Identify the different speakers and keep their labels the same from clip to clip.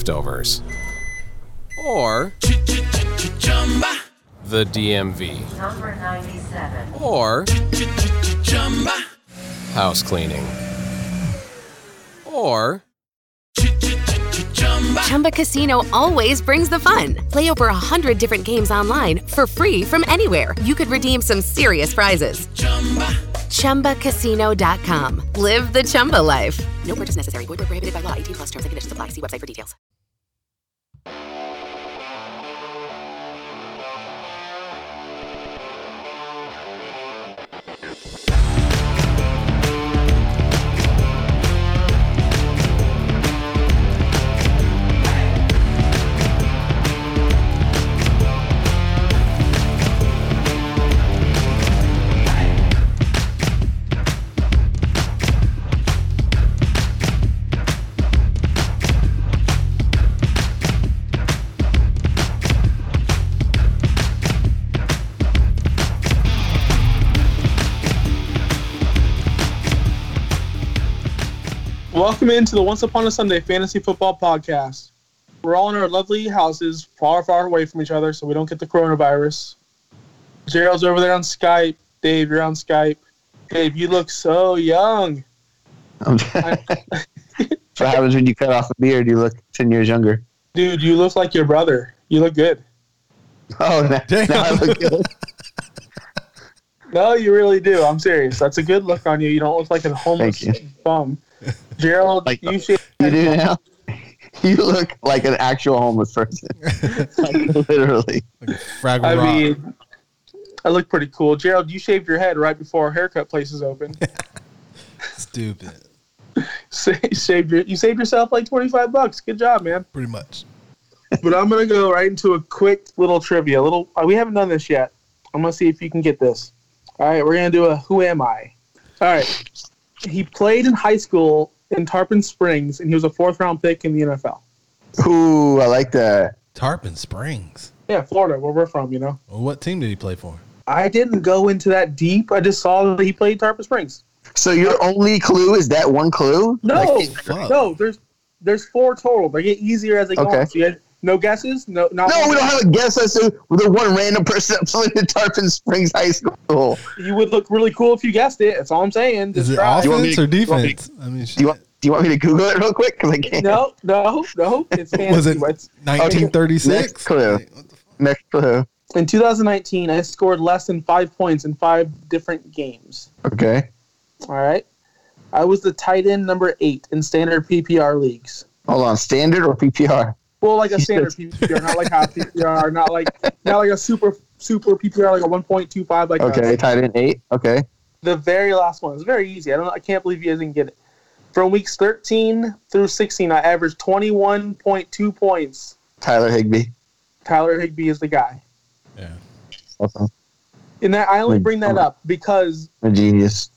Speaker 1: leftovers, or the DMV,
Speaker 2: Number 97.
Speaker 1: or house cleaning, or
Speaker 3: Chumba Casino always brings the fun. Play over a hundred different games online for free from anywhere. You could redeem some serious prizes. ChumbaCasino.com. Live the Chumba life. No purchase necessary. Void where prohibited by law. 18 plus terms and conditions apply. See website for details.
Speaker 4: Welcome into the Once Upon a Sunday Fantasy Football Podcast. We're all in our lovely houses, far, far away from each other, so we don't get the coronavirus. Gerald's over there on Skype. Dave, you're on Skype. Dave, you look so young.
Speaker 5: That's what happens when you cut off the beard. You look 10 years younger.
Speaker 4: Dude, you look like your brother. You look good.
Speaker 5: Oh, now,
Speaker 6: Damn.
Speaker 5: now I look good.
Speaker 4: No, you really do. I'm serious. That's a good look on you. You don't look like a homeless
Speaker 5: Thank
Speaker 4: bum. Gerald,
Speaker 5: Like-
Speaker 4: you should.
Speaker 5: You do now? You look like an actual homeless person. Like, literally.
Speaker 6: Fraggle
Speaker 4: I
Speaker 6: Rock.
Speaker 4: mean, I look pretty cool. Gerald, you shaved your head right before our haircut place is open.
Speaker 6: Stupid.
Speaker 4: Sa- saved your, you saved yourself like 25 bucks. Good job, man.
Speaker 6: Pretty much.
Speaker 4: but I'm gonna go right into a quick little trivia. Little uh, we haven't done this yet. I'm gonna see if you can get this. All right, we're gonna do a Who Am I? All right. He played in high school in Tarpon Springs, and he was a fourth round pick in the NFL.
Speaker 5: Ooh, I like that.
Speaker 6: Tarpon Springs.
Speaker 4: Yeah, Florida, where we're from, you know.
Speaker 6: Well, what team did he play for?
Speaker 4: I didn't go into that deep. I just saw that he played Tarpon Springs.
Speaker 5: So your only clue is that one clue?
Speaker 4: No,
Speaker 5: Like,
Speaker 6: fuck.
Speaker 4: no. There's there's four total. They get easier as they go
Speaker 5: Okay.
Speaker 4: on. So you had no guesses. No, not
Speaker 5: no, we don't have a guess as to the one random person that played at Tarpon Springs High School.
Speaker 4: You would look really cool if you guessed it. That's all I'm saying.
Speaker 6: Is
Speaker 4: Just
Speaker 6: it
Speaker 4: try.
Speaker 5: You want me
Speaker 6: offense
Speaker 5: to-
Speaker 6: or
Speaker 5: you want me-
Speaker 6: defense? I mean,
Speaker 5: Do you want, do you want me to Google it real quick? Because I can't.
Speaker 4: No, no, no. It's fantasy.
Speaker 6: Was it
Speaker 4: It's-
Speaker 6: 1936?
Speaker 5: Next clue.
Speaker 6: Like, what the fuck?
Speaker 5: Next clue.
Speaker 4: In 2019, I scored less than five points in five different games.
Speaker 5: Okay.
Speaker 4: All right. I was the tight end number eight in standard PPR leagues.
Speaker 5: Hold on. Standard or PPR?
Speaker 4: Well, like a standard PPR, not like half PPR, not like not like a super super PPR, like a 1.25. Like a-
Speaker 5: Okay. Tight end eight. Okay.
Speaker 4: the very last one. It's very easy. I don't. I can't believe you guys didn't get it. From weeks 13 through 16, I averaged 21.2 points.
Speaker 5: Tyler Higby.
Speaker 4: Tyler Higbee is the guy,
Speaker 6: Yeah.
Speaker 5: Awesome.
Speaker 4: and that I only bring that up because,
Speaker 5: A genius.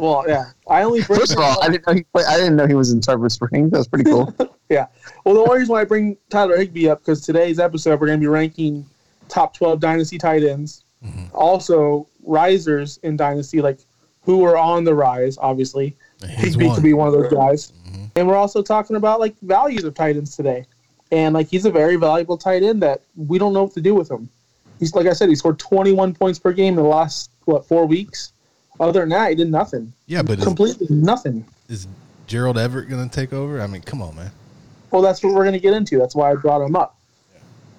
Speaker 4: well, yeah, I only bring
Speaker 5: First of
Speaker 4: that up-
Speaker 5: all, I didn't know he played, I didn't know he was in Tarpon Springs. That's pretty cool.
Speaker 4: Well, the only reason why I bring Tyler Higby up because today's episode we're going to be ranking top twelve dynasty tight ends,
Speaker 6: Mhm.
Speaker 5: Mm-hmm.
Speaker 4: also risers in dynasty, like who are on the rise. Obviously,
Speaker 6: He's
Speaker 4: Higby
Speaker 6: one.
Speaker 4: could be one of those guys,
Speaker 5: Mm-hmm.
Speaker 6: Mhm.
Speaker 4: and we're also talking about like values of tight ends today, and like he's a very valuable tight end that we don't know what to do with him. He's like I said, he scored twenty one points per game in the last what four weeks. Other than that, he did nothing,
Speaker 6: Yeah, but is,
Speaker 4: completely nothing.
Speaker 6: is Gerald Everett going to take over? I mean, come on, man.
Speaker 4: Well, that's what we're going to get into. That's why I brought him up.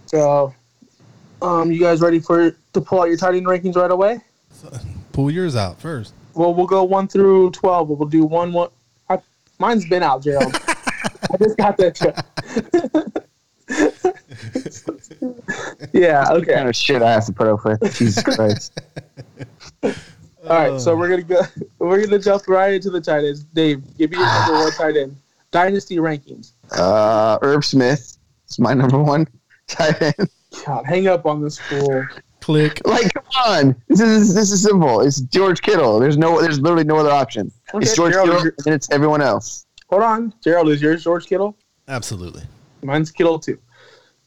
Speaker 4: So, um, you guys ready for to pull out your tight end rankings right away?
Speaker 6: Pull yours out first.
Speaker 4: Well, we'll go one through twelve. We'll do one one. I, mine's been out, Gerald. I just got that. shit. yeah.
Speaker 5: What kind
Speaker 4: Okay.
Speaker 5: of shit I have to put up with. Jesus Christ.
Speaker 4: All right. So we're gonna go. We're gonna jump right into the tight ends. Dave, give me your number one tight end dynasty rankings.
Speaker 5: Uh, Herb Smith is my number one tight end.
Speaker 4: God, hang up on this fool.
Speaker 6: Click.
Speaker 5: Like, come on. This is this is simple. It's George Kittle. There's no. There's literally no other option.
Speaker 4: Okay,
Speaker 5: it's George
Speaker 4: Gerald,
Speaker 5: Kittle,
Speaker 4: you're-
Speaker 5: and it's everyone else.
Speaker 4: Hold on, Gerald. Is yours George Kittle?
Speaker 6: Absolutely.
Speaker 4: Mine's Kittle too.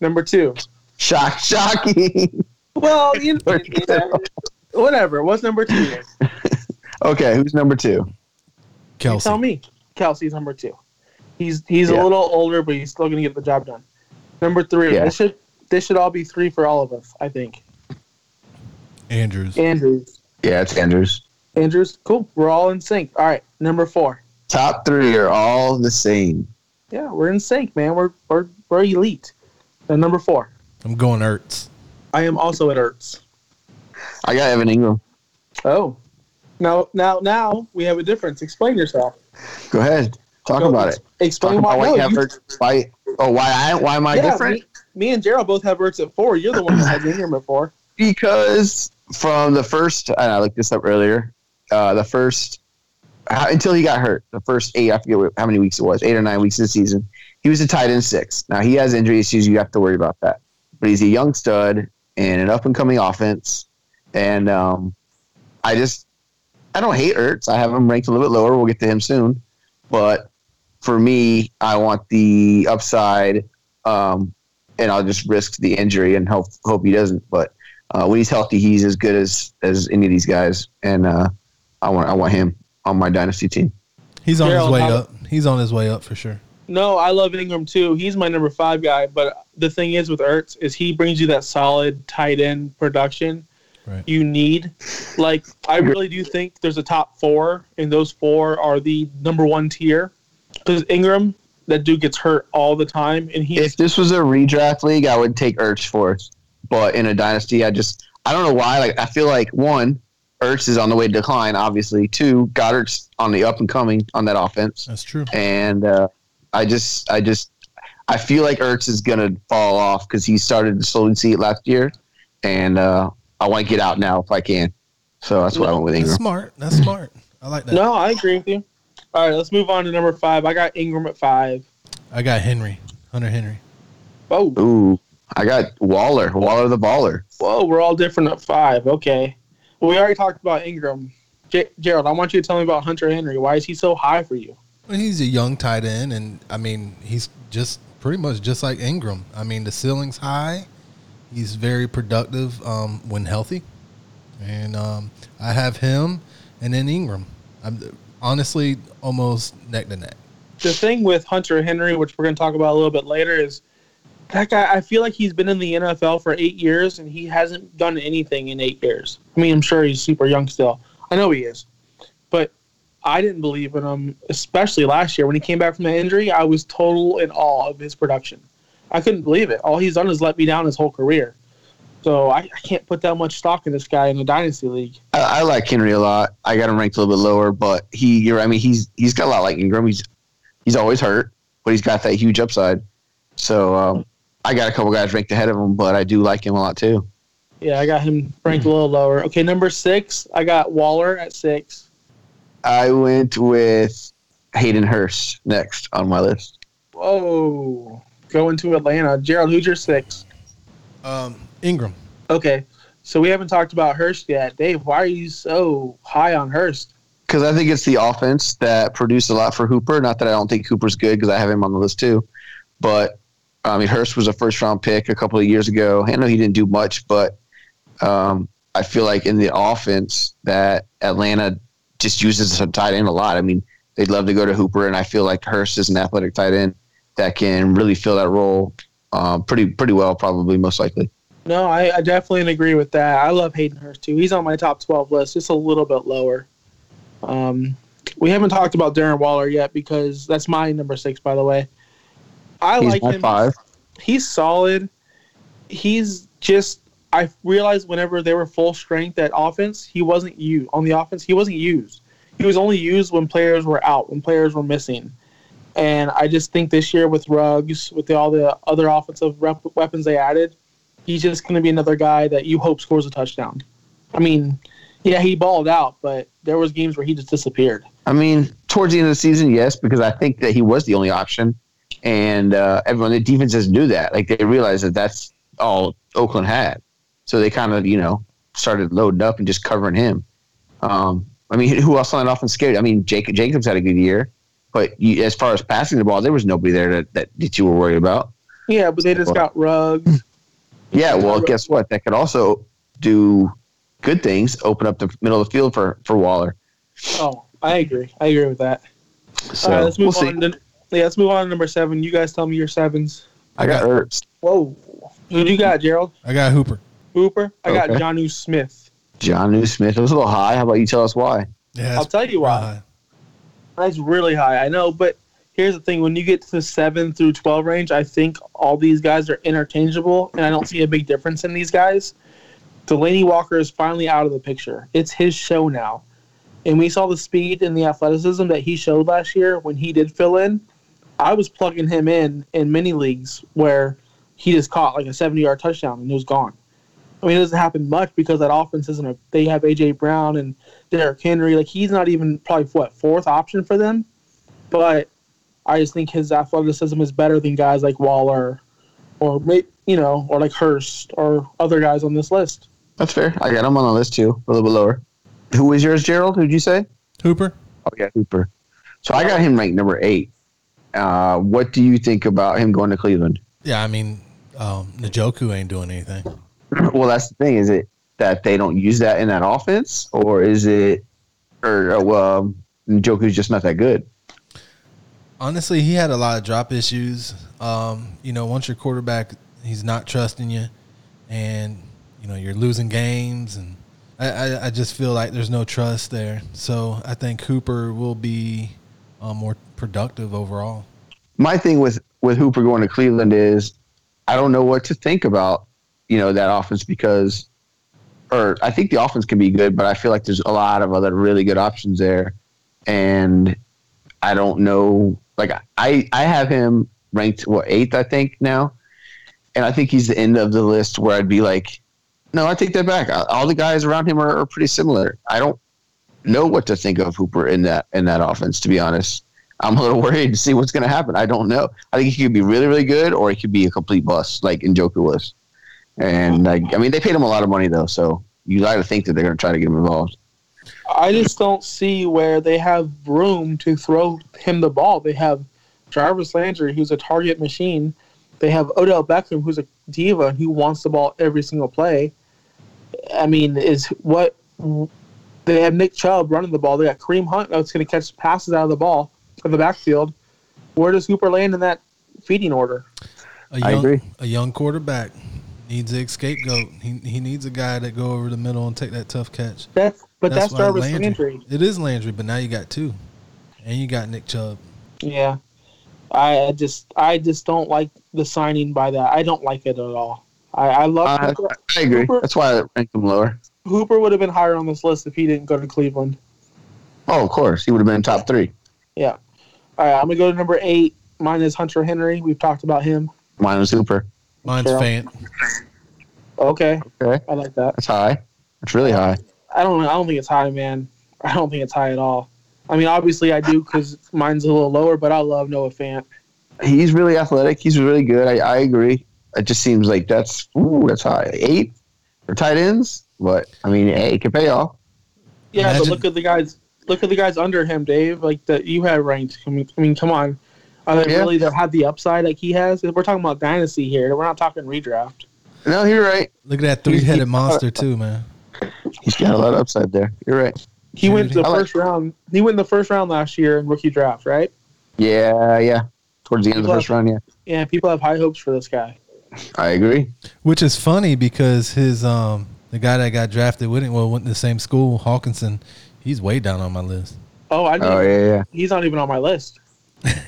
Speaker 4: Number two.
Speaker 5: Shock, shocking.
Speaker 4: Well, you,
Speaker 5: George Kittle.
Speaker 4: whatever. What's number two? Nick?
Speaker 5: Okay, who's number two?
Speaker 4: You
Speaker 6: Kelsey.
Speaker 4: tell me. Kelsey's number two. He's he's
Speaker 5: Yeah.
Speaker 4: a little older, but he's still gonna get the job done. Number three.
Speaker 5: Yeah.
Speaker 4: This should this should all be three for all of us. I think.
Speaker 6: Andrews.
Speaker 4: Andrews.
Speaker 5: Yeah, it's Andrews.
Speaker 4: Andrews. Cool. We're all in sync. All right. Number four.
Speaker 5: Top three are all the same.
Speaker 4: Yeah, we're in sync, man. We're we're we're elite. And number four.
Speaker 6: I'm going Ertz.
Speaker 4: I am also at Ertz.
Speaker 5: I got Evan Ingram.
Speaker 4: Oh. Now now now we have a difference. Explain yourself.
Speaker 5: Go ahead, talk
Speaker 4: Go-
Speaker 5: about it. Talk
Speaker 4: Explain
Speaker 5: about
Speaker 4: why no,
Speaker 5: why
Speaker 4: you-
Speaker 5: Ever- why? Oh, why? I, why am I
Speaker 4: Yeah,
Speaker 5: different?
Speaker 4: Me, me and Gerald both have Ertz at four. You're the one who had Ingram at four.
Speaker 5: because from the first and I looked this up earlier, uh, the first how, until he got hurt, the first eight I forget what, how many weeks it was, eight or nine weeks of the season, he was a tight end six. Now he has injury issues; you have to worry about that. But he's a young stud in an up and coming offense, and um, I just I don't hate Ertz. I have him ranked a little bit lower. We'll get to him soon, but for me, I want the upside, um, and I'll just risk the injury and hope hope he doesn't. But uh, when he's healthy, he's as good as as any of these guys, and uh, I want I want him on my dynasty team.
Speaker 6: He's on his
Speaker 4: Gerald,
Speaker 6: way
Speaker 4: how-
Speaker 6: up. He's on his way up for sure.
Speaker 4: No, I love Ingram too. He's my number five guy. But the thing is with Ertz is he brings you that solid tight end production
Speaker 6: Right.
Speaker 4: you need. Like I really do think there's a top four, and those four are the number one tier. Because Ingram, that dude gets hurt all the time, and he's
Speaker 5: If this was a redraft league, I would take Ertz fourth, but in a dynasty, I just I don't know why. Like I feel like one, Ertz is on the way to decline. Obviously, two, Goddard's on the up and coming on that offense.
Speaker 6: That's true.
Speaker 5: and uh, I just, I just, I feel like Ertz is gonna fall off because he started to slowly see it last year, and uh, I want to get out now if I can. So that's what I went with
Speaker 6: That's
Speaker 5: Ingram.
Speaker 6: smart. That's smart. I like that.
Speaker 4: no, I agree with you. All right, let's move on to number five. I got Ingram at five.
Speaker 6: I got Henry. Hunter Henry.
Speaker 4: Oh,
Speaker 5: Ooh, I got Waller, Waller the baller.
Speaker 4: Whoa, we're all different at five. Okay. Well, we already talked about Ingram. J- Gerald, I want you to tell me about Hunter Henry. Why is he so high for you?
Speaker 6: Well, He's a young tight end, and I mean, he's just pretty much just like Ingram. I mean, the ceiling's high. He's very productive um, when healthy, and um, I have him, and then Ingram. I'm honestly almost neck to neck.
Speaker 4: The thing with Hunter Henry, which we're going to talk about a little bit later, is that guy, I feel like he's been in the NFL for eight years and he hasn't done anything in eight years. I mean, I'm sure he's super young still. I know he is. But I didn't believe in him, especially last year when he came back from the injury. I was total in awe of his production. I couldn't believe it. All he's done is let me down his whole career. So I, I can't put that much stock in this guy in the dynasty league.
Speaker 5: I, I like Henry a lot. I got him ranked a little bit lower, but he, you're, I mean, he's he's got a lot like Ingram. He's he's always hurt, but he's got that huge upside. So um, I got a couple guys ranked ahead of him, but I do like him a lot too.
Speaker 4: Yeah, I got him ranked a little lower. Okay, number six, I got Waller at six.
Speaker 5: I went with Hayden Hurst next on my list.
Speaker 4: Whoa, going to Atlanta. Gerald, who's your six?
Speaker 6: Um, Ingram.
Speaker 4: Okay, so we haven't talked about Hurst yet. Dave, why are you so high on Hurst?
Speaker 5: Because I think it's the offense that produced a lot for Hooper. Not that I don't think Hooper's good, because I have him on the list too. But I mean, Hurst was a first round pick a couple of years ago. I know he didn't do much, but um, I feel like in the offense that Atlanta just uses some tight end a lot. I mean, they'd love to go to Hooper, and I feel like Hurst is an athletic tight end that can really fill that role um, pretty pretty well, probably most likely.
Speaker 4: No, I, I definitely agree with that. I love Hayden Hurst too. He's on my top 12 list, just a little bit lower. Um, we haven't talked about Darren Waller yet because that's my number six, by the way. I
Speaker 5: He's
Speaker 4: like
Speaker 5: my
Speaker 4: him.
Speaker 5: five.
Speaker 4: he's solid. He's just I realized whenever they were full strength at offense, he wasn't used on the offense. He wasn't used. He was only used when players were out, when players were missing. And I just think this year with Ruggs, with the, all the other offensive rep, weapons they added, he's just going to be another guy that you hope scores a touchdown. I mean, yeah, he balled out, but there was games where he just disappeared.
Speaker 5: I mean, towards the end of the season, yes, because I think that he was the only option, and uh, everyone the defenses knew that. Like they realized that that's all Oakland had, so they kind of you know started loading up and just covering him. Um, I mean, who else on that offense scared? you? I mean, Jacob Jacobs had a good year, but you, as far as passing the ball, there was nobody there that, that that you were worried about.
Speaker 4: Yeah, but they just got Ruggs.
Speaker 5: Yeah, well, guess what? That could also do good things. Open up the middle of the field for for Waller.
Speaker 4: Oh, I agree. I agree with that.
Speaker 5: So
Speaker 4: All right, let's move
Speaker 5: we'll see.
Speaker 4: on to Yeah, let's move on to number seven. You guys tell me your sevens.
Speaker 5: I got Ertz.
Speaker 4: Whoa. Who do you got, Gerald?
Speaker 6: I got Hooper.
Speaker 4: Hooper? I got
Speaker 5: Okay.
Speaker 4: Johnu Smith.
Speaker 5: John New Smith. It was a little high. How about you tell us why?
Speaker 6: Yeah,
Speaker 4: I'll
Speaker 6: that's
Speaker 4: tell you why.
Speaker 6: high.
Speaker 4: That's really high. I know, but here's the thing: when you get to the seven through twelve range, I think all these guys are interchangeable, and I don't see a big difference in these guys. Delaney Walker is finally out of the picture. It's his show now, and we saw the speed and the athleticism that he showed last year when he did fill in. I was plugging him in in many leagues where he just caught like a seventy-yard touchdown and it was gone. I mean, it doesn't happen much because that offense isn't. A, they have AJ Brown and Derrick Henry. Like he's not even probably what fourth option for them, but I just think his athleticism is better than guys like Waller, or may- you know, or like Hurst or other guys on this list.
Speaker 5: That's fair. I got him on the list too, a little bit lower. Who is yours, Gerald? Who'd you say?
Speaker 6: Hooper.
Speaker 5: Oh yeah, Hooper. So I got him ranked number eight. Uh, what do you think about him going to Cleveland?
Speaker 6: Yeah, I mean, um, Njoku ain't doing anything.
Speaker 5: well, that's the thing. Is it that they don't use that in that offense, or is it, or uh, well, Njoku's just not that good?
Speaker 6: Honestly, he had a lot of drop issues. Um, you know, once your quarterback, he's not trusting you, and you know you're losing games, and I, I, I just feel like there's no trust there. So I think Hooper will be uh, more productive overall.
Speaker 5: my thing with with Hooper going to Cleveland is I don't know what to think about you know that offense because or I think the offense can be good, but I feel like there's a lot of other really good options there, and I don't know like I I have him ranked what eighth I think now, and I think he's the end of the list where I'd be like, no, I take that back. All the guys around him are, are pretty similar. I don't know what to think of Hooper in that in that offense to be honest. I'm a little worried to see what's going to happen. I don't know. I think he could be really, really good, or he could be a complete bust, like Njoku was. And like, I mean, they paid him a lot of money though, so you got to think that they're going to try to get him involved.
Speaker 4: I just don't see where they have room to throw him the ball. They have Jarvis Landry, who's a target machine. They have Odell Beckham, who's a diva and who wants the ball every single play. I mean, is what they have Nick Chubb running the ball. They got Kareem Hunt that's going to catch passes out of the ball in the backfield. Where does Hooper land in that feeding order?
Speaker 6: A
Speaker 5: I
Speaker 6: young,
Speaker 5: agree.
Speaker 6: A young quarterback needs a scapegoat. He he needs a guy that go over the middle and take that tough catch.
Speaker 4: That's but that's,
Speaker 6: why
Speaker 4: Jarvis Landry.
Speaker 6: It is Landry, but now you got two, and you got Nick Chubb.
Speaker 4: Yeah, I I just I just don't like the signing by that. I don't like it at all. I, I love
Speaker 5: Uh,
Speaker 4: Hooper.
Speaker 5: I agree.
Speaker 4: Hooper,
Speaker 5: That's why I ranked him lower.
Speaker 4: Hooper would have been higher on this list if he didn't go to Cleveland.
Speaker 5: Oh, of course, he would have been top three.
Speaker 4: Yeah. All right, I'm gonna go to number eight. Mine is Hunter Henry. We've talked about him.
Speaker 5: Mine was Hooper.
Speaker 6: Mine's
Speaker 4: Yeah.
Speaker 6: Fant.
Speaker 4: Okay,
Speaker 5: Okay,
Speaker 4: I like that.
Speaker 5: that's high. That's really high.
Speaker 4: I don't. I don't think it's high, man. I don't think it's high at all. I mean, obviously I do because mine's a little lower, but I love Noah Fant.
Speaker 5: He's really athletic. He's really good. I, I agree. It just seems like that's ooh, that's high. Eight for tight ends, but I mean, hey, it could pay off.
Speaker 4: Yeah,
Speaker 6: Imagine-
Speaker 4: but look at the guys. Look at the guys under him, Dave. Like that you have ranked. I mean, I mean, come on. Are they
Speaker 5: Yeah.
Speaker 4: really that have the upside like he has? We're talking about dynasty here. We're not talking redraft.
Speaker 5: No, you're right.
Speaker 6: Look at that three-headed monster too, man.
Speaker 5: He's got a lot of upside there. You're right.
Speaker 4: He went to
Speaker 5: Dude,
Speaker 4: the
Speaker 5: I like-
Speaker 4: first round. He went in the first round last year in rookie draft, right?
Speaker 5: Yeah, yeah. Towards the end of the first round, yeah.
Speaker 4: Yeah, people have high hopes for this guy.
Speaker 5: I agree.
Speaker 6: Which is funny because his um the guy that got drafted with him well went to the same school, Hawkinson. He's way down on my list.
Speaker 4: Oh, I didn't
Speaker 5: Oh
Speaker 4: even-
Speaker 5: yeah, yeah.
Speaker 4: he's not even on my list.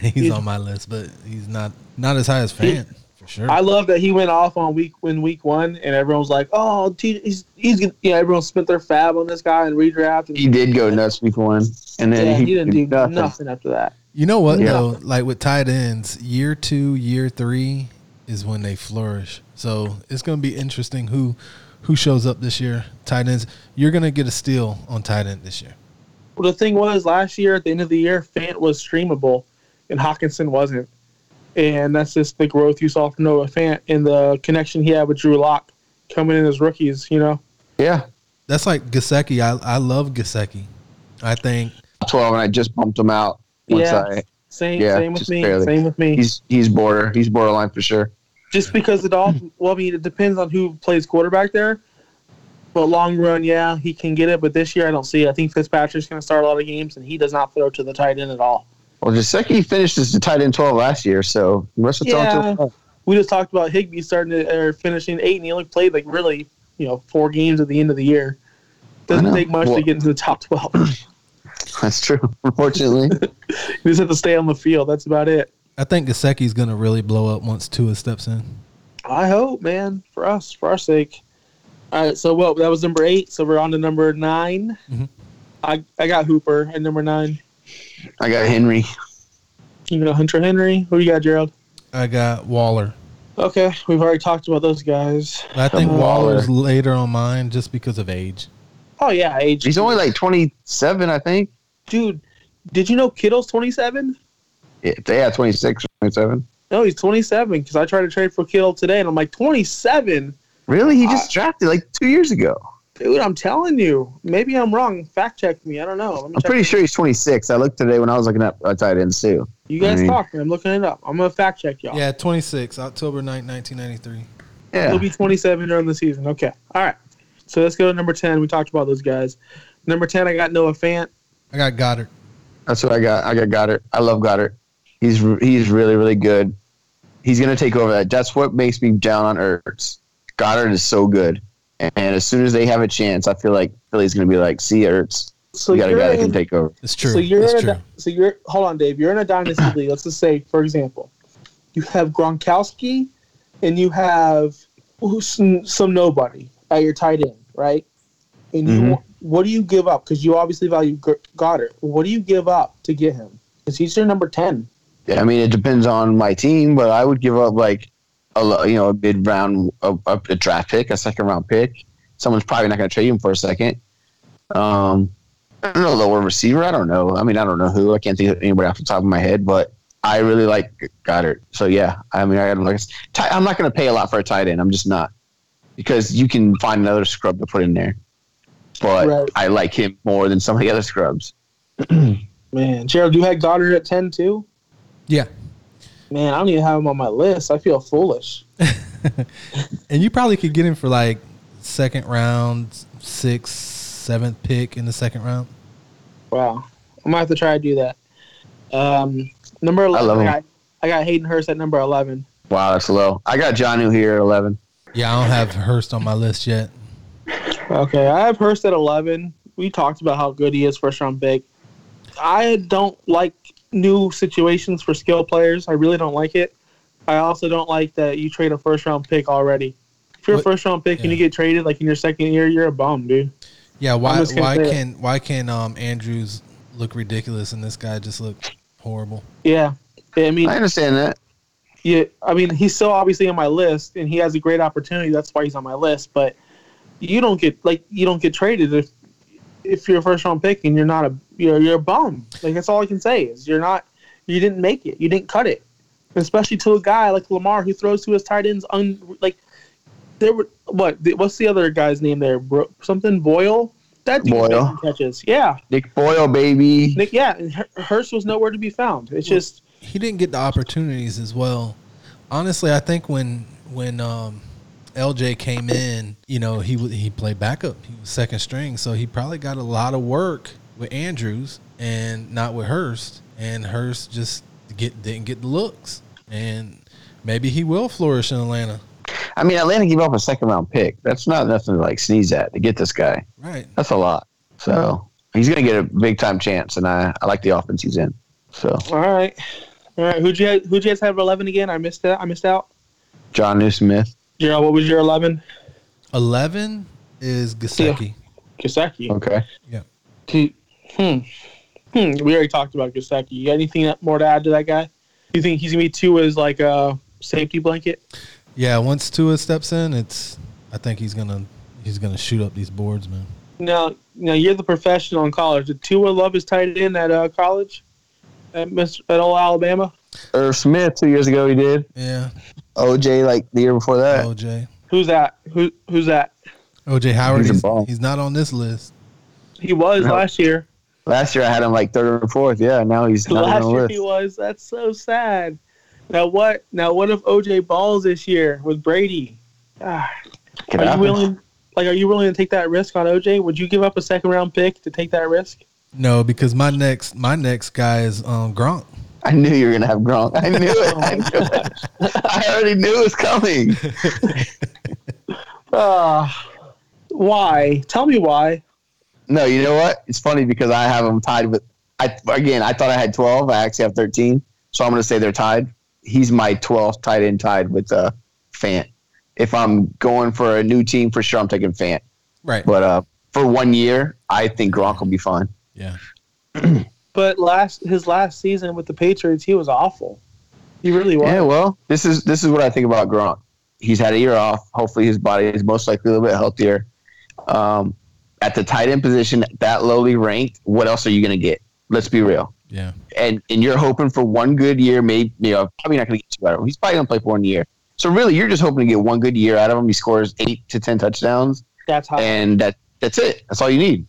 Speaker 6: he's
Speaker 4: He's-
Speaker 6: on my list, but he's not not as high as Fant for sure.
Speaker 4: I love that he went off on week when week one, and everyone was like, "Oh, T- he's he's gonna-" yeah." Everyone spent their fab on this guy and redraft. And,
Speaker 5: He did go nuts week one, and then
Speaker 4: yeah,
Speaker 5: he,
Speaker 4: he didn't do
Speaker 5: did
Speaker 4: nothing.
Speaker 5: nothing.
Speaker 4: after that.
Speaker 6: you know what
Speaker 5: Yeah.
Speaker 6: though? Like with tight ends, year two, year three is when they flourish. So it's gonna be interesting who who shows up this year. Tight ends, you're gonna get a steal on tight end this year.
Speaker 4: Well, the thing was, last year at the end of the year, Fant was streamable, and Hawkinson wasn't, and that's just the growth you saw from Noah Fant and the connection he had with Drew Lock coming in as rookies. You know,
Speaker 5: Yeah,
Speaker 6: That's like Gasecki. I I love Gasecki. I think
Speaker 5: twelve, and I just bumped him out. Once
Speaker 4: Yeah.
Speaker 5: I,
Speaker 4: same
Speaker 5: Yeah,
Speaker 4: same with
Speaker 5: just
Speaker 4: me,
Speaker 5: barely.
Speaker 4: same with me.
Speaker 5: he's he's border, he's borderline for sure.
Speaker 4: just because the Dolphins. Well, I mean, it depends on who plays quarterback there. But long run, yeah, he can get it. But this year, I don't see. it. I think Fitzpatrick's going to start a lot of games, and he does not throw to the tight end at all.
Speaker 5: Well, Jaceki finished as the tight end 12 last year, so Russell
Speaker 4: Yeah. We just talked about Higby starting to, or finishing eight, and he only played like really, you know, four games at the end of the year.
Speaker 5: I
Speaker 4: Doesn't
Speaker 5: know.
Speaker 4: take much
Speaker 5: Well-
Speaker 4: to get into the top twelve. you
Speaker 5: That's true, unfortunately.
Speaker 4: just have to stay on the field. That's about it.
Speaker 6: I think Gasecki's going to really blow up once Tua steps in.
Speaker 4: I hope, man, for us, for our sake. All right, so well, that was number eight. So we're on to number 9
Speaker 6: Mhm.
Speaker 4: I I got Hooper at number nine.
Speaker 5: I got Henry.
Speaker 4: You got Hunter Henry. Who you got, Gerald?
Speaker 6: I got Waller.
Speaker 4: Okay, we've already talked about those guys.
Speaker 6: I think
Speaker 5: Waller.
Speaker 6: Waller's later on mine just because of age.
Speaker 4: Oh yeah, age.
Speaker 5: He's only like 27, I think.
Speaker 4: dude. Did you know Kittle's twenty seven?
Speaker 5: Yeah, yeah 26 or 27.
Speaker 4: No, he's twenty seven. Because I tried to trade for Kittle today, and I'm like twenty seven,
Speaker 5: Really? He
Speaker 4: Uh,
Speaker 5: just drafted like two years ago.
Speaker 4: dude. I'm telling you. Maybe I'm wrong. Fact check me. I don't know. Let me
Speaker 5: I'm
Speaker 4: check.
Speaker 5: pretty sure he's 26. I looked today when I was looking up uh, tight ends too.
Speaker 4: you guys
Speaker 5: I mean-
Speaker 4: talk. I'm looking it up. I'm gonna fact check y'all.
Speaker 6: Yeah, 26, October 9th, 1993.
Speaker 5: Yeah.
Speaker 4: He'll be 27 during the season. Okay. All right. So let's go to number 10. We talked about those guys. Number 10, I got Noah Fant.
Speaker 6: I got Goddard.
Speaker 5: That's what I got. I got Goddard. I love Goddard. He's re- he's really really good. He's gonna take over that. That's what makes me down on Ertz. Goddard is so good, and as soon as they have a chance, I feel like Philly's gonna be like, "See Ertz,
Speaker 4: So
Speaker 5: we got a guy that
Speaker 4: in-
Speaker 5: can take over."
Speaker 6: It's true.
Speaker 4: So you're
Speaker 6: it's
Speaker 4: in
Speaker 6: true.
Speaker 4: a, so you're hold on, Dave. You're in a dynasty league. Let's just say, for example, you have Gronkowski, and you have who's some, some nobody at your tight end, right? And you
Speaker 5: Mhm.
Speaker 4: want what do you give up? Because you obviously value G- Goddard. What do you give up to get him? Because he's your number ten.
Speaker 5: I mean, it depends on my team, but I would give up like a lo- you know a mid round a, a a draft pick, a second round pick. Someone's probably not going to trade him for a second. Um, I don't know lower receiver. I don't know. I mean, I don't know who. I can't think of anybody off the top of my head, but I really like Goddard. So yeah, I mean, I got like tight, I'm not going to pay a lot for a tight end. I'm just not because you can find another scrub to put in there. But
Speaker 4: Right.
Speaker 5: I like him more than some of the other scrubs.
Speaker 4: Man, Gerald, you had Goddard at ten too.
Speaker 6: Yeah.
Speaker 4: Man, I don't even have him on my list. I feel foolish.
Speaker 6: And you probably could get him for like second round, sixth, seventh pick in the second round.
Speaker 4: Wow, I might have to try to do that. Um, number eleven.
Speaker 5: love him.
Speaker 4: got, I got Hayden Hurst at number eleven.
Speaker 5: Wow, that's low. I got Johnu here at 11.
Speaker 6: Yeah, I don't have Hurst on my list yet.
Speaker 4: Okay, I have Hurst at 11. We talked about how good he is first round big. I don't like new situations for skill players. I really don't like it. I also don't like that you trade a first round pick already. If you're
Speaker 6: What-
Speaker 4: a first round pick and you
Speaker 6: yeah.
Speaker 4: get traded like in your second year, you're a bum, dude.
Speaker 6: Yeah, why
Speaker 4: just gonna
Speaker 6: why
Speaker 4: say it.
Speaker 6: can why can um Andrews look ridiculous and this guy just look horrible?
Speaker 4: Yeah. I mean,
Speaker 5: I understand that.
Speaker 4: yeah, I mean, he's still obviously on my list, and he has a great opportunity. That's why he's on my list. But you don't get like you don't get traded if if you're a first round pick and you're not a you're you're a bum. Like that's all I can say is you're not you didn't make it. You didn't cut it, especially to a guy like Lamar who throws to his tight ends un like there were what the- what's the other guy's name there Bro, something Boyle that dude
Speaker 5: Boyle.
Speaker 4: catches yeah
Speaker 5: Nick Boyle, baby.
Speaker 4: Nick yeah and Hur- Hurst was nowhere to be found. It's just
Speaker 6: He didn't get the opportunities as well. Honestly, I think when when um LJ came in, you know, he wa- he played backup. He was second string, so he probably got a lot of work with Andrews and not with Hurst. And Hurst just get didn't get the looks. And maybe he will flourish in Atlanta.
Speaker 5: I mean, Atlanta gave up a second round pick. That's not nothing to like sneeze at to get this guy.
Speaker 6: Right.
Speaker 5: That's a lot. So he's going to get a big time chance, and I, I like the offense he's in. So
Speaker 4: all right. All right, who'd you who'd you guys have at eleven again? I missed that. I missed out.
Speaker 5: John New Smith.
Speaker 4: Gerald, what was your 11?
Speaker 6: 11 is Gasecki.
Speaker 4: Gasecki.
Speaker 5: Okay.
Speaker 4: He- Hmm. Hmm. We already talked about Gasecki. You got anything that- more to add to that guy? You think he's going to be two as like a safety blanket?
Speaker 6: Yeah, once Tua steps in, it's I think he's gonna he's gonna shoot up these boards, man.
Speaker 4: No, no, you're the professional in college. Did Tua love his tight end at uh, college? At, Miss, at old Alabama?
Speaker 5: Irv Smith, two years ago, he did.
Speaker 6: Yeah,
Speaker 5: OJ, like the year before that.
Speaker 4: Oh.
Speaker 6: OJ,
Speaker 4: Who's that? Who, who's that?
Speaker 6: OJ Howard.
Speaker 5: He's a
Speaker 6: He's,
Speaker 5: ball.
Speaker 6: he's not on this list.
Speaker 4: He was
Speaker 5: No.
Speaker 4: last year.
Speaker 5: Last year, I had him like third or fourth. Yeah, now he's not even
Speaker 4: Last
Speaker 5: on
Speaker 4: year
Speaker 5: the
Speaker 4: he
Speaker 5: list.
Speaker 4: was. That's so sad. Now what? Now what if OJ balls this year with Brady? Ah.
Speaker 5: Could
Speaker 4: are
Speaker 5: happen.
Speaker 4: you willing? Like, are you willing to take that risk on OJ? Would you give up a second round pick to take that risk?
Speaker 6: No, because my next my next guy is um, Gronk.
Speaker 5: I knew you were gonna have Gronk. I knew it. I knew it. I already knew it was coming.
Speaker 4: Uh, why? Tell me why.
Speaker 5: No, you know what? It's funny because I have them tied with. I again, I thought I had twelve. I actually have thirteen. So I'm going to say they're tied. He's my twelfth tight end, tied with uh, Fant. If I'm going for a new team, for sure I'm taking Fant.
Speaker 6: Right.
Speaker 5: But uh, for one year, I think Gronk will be fine.
Speaker 6: Yeah.
Speaker 4: But last his last season with the Patriots, he was awful. He really was.
Speaker 5: Yeah. Well, this is this is what I think about Gronk. He's had a year off. Hopefully, his body is most likely a little bit healthier. Um, at the tight end position, that lowly ranked, what else are you going to get? Let's be real.
Speaker 6: Yeah.
Speaker 5: and and you're hoping for one good year, maybe you know, probably not going to get two out of him. He's probably going to play for one year. So really, you're just hoping to get one good year out of him. He scores eight to ten touchdowns,
Speaker 4: That's how.
Speaker 5: and that that's it. That's all you need.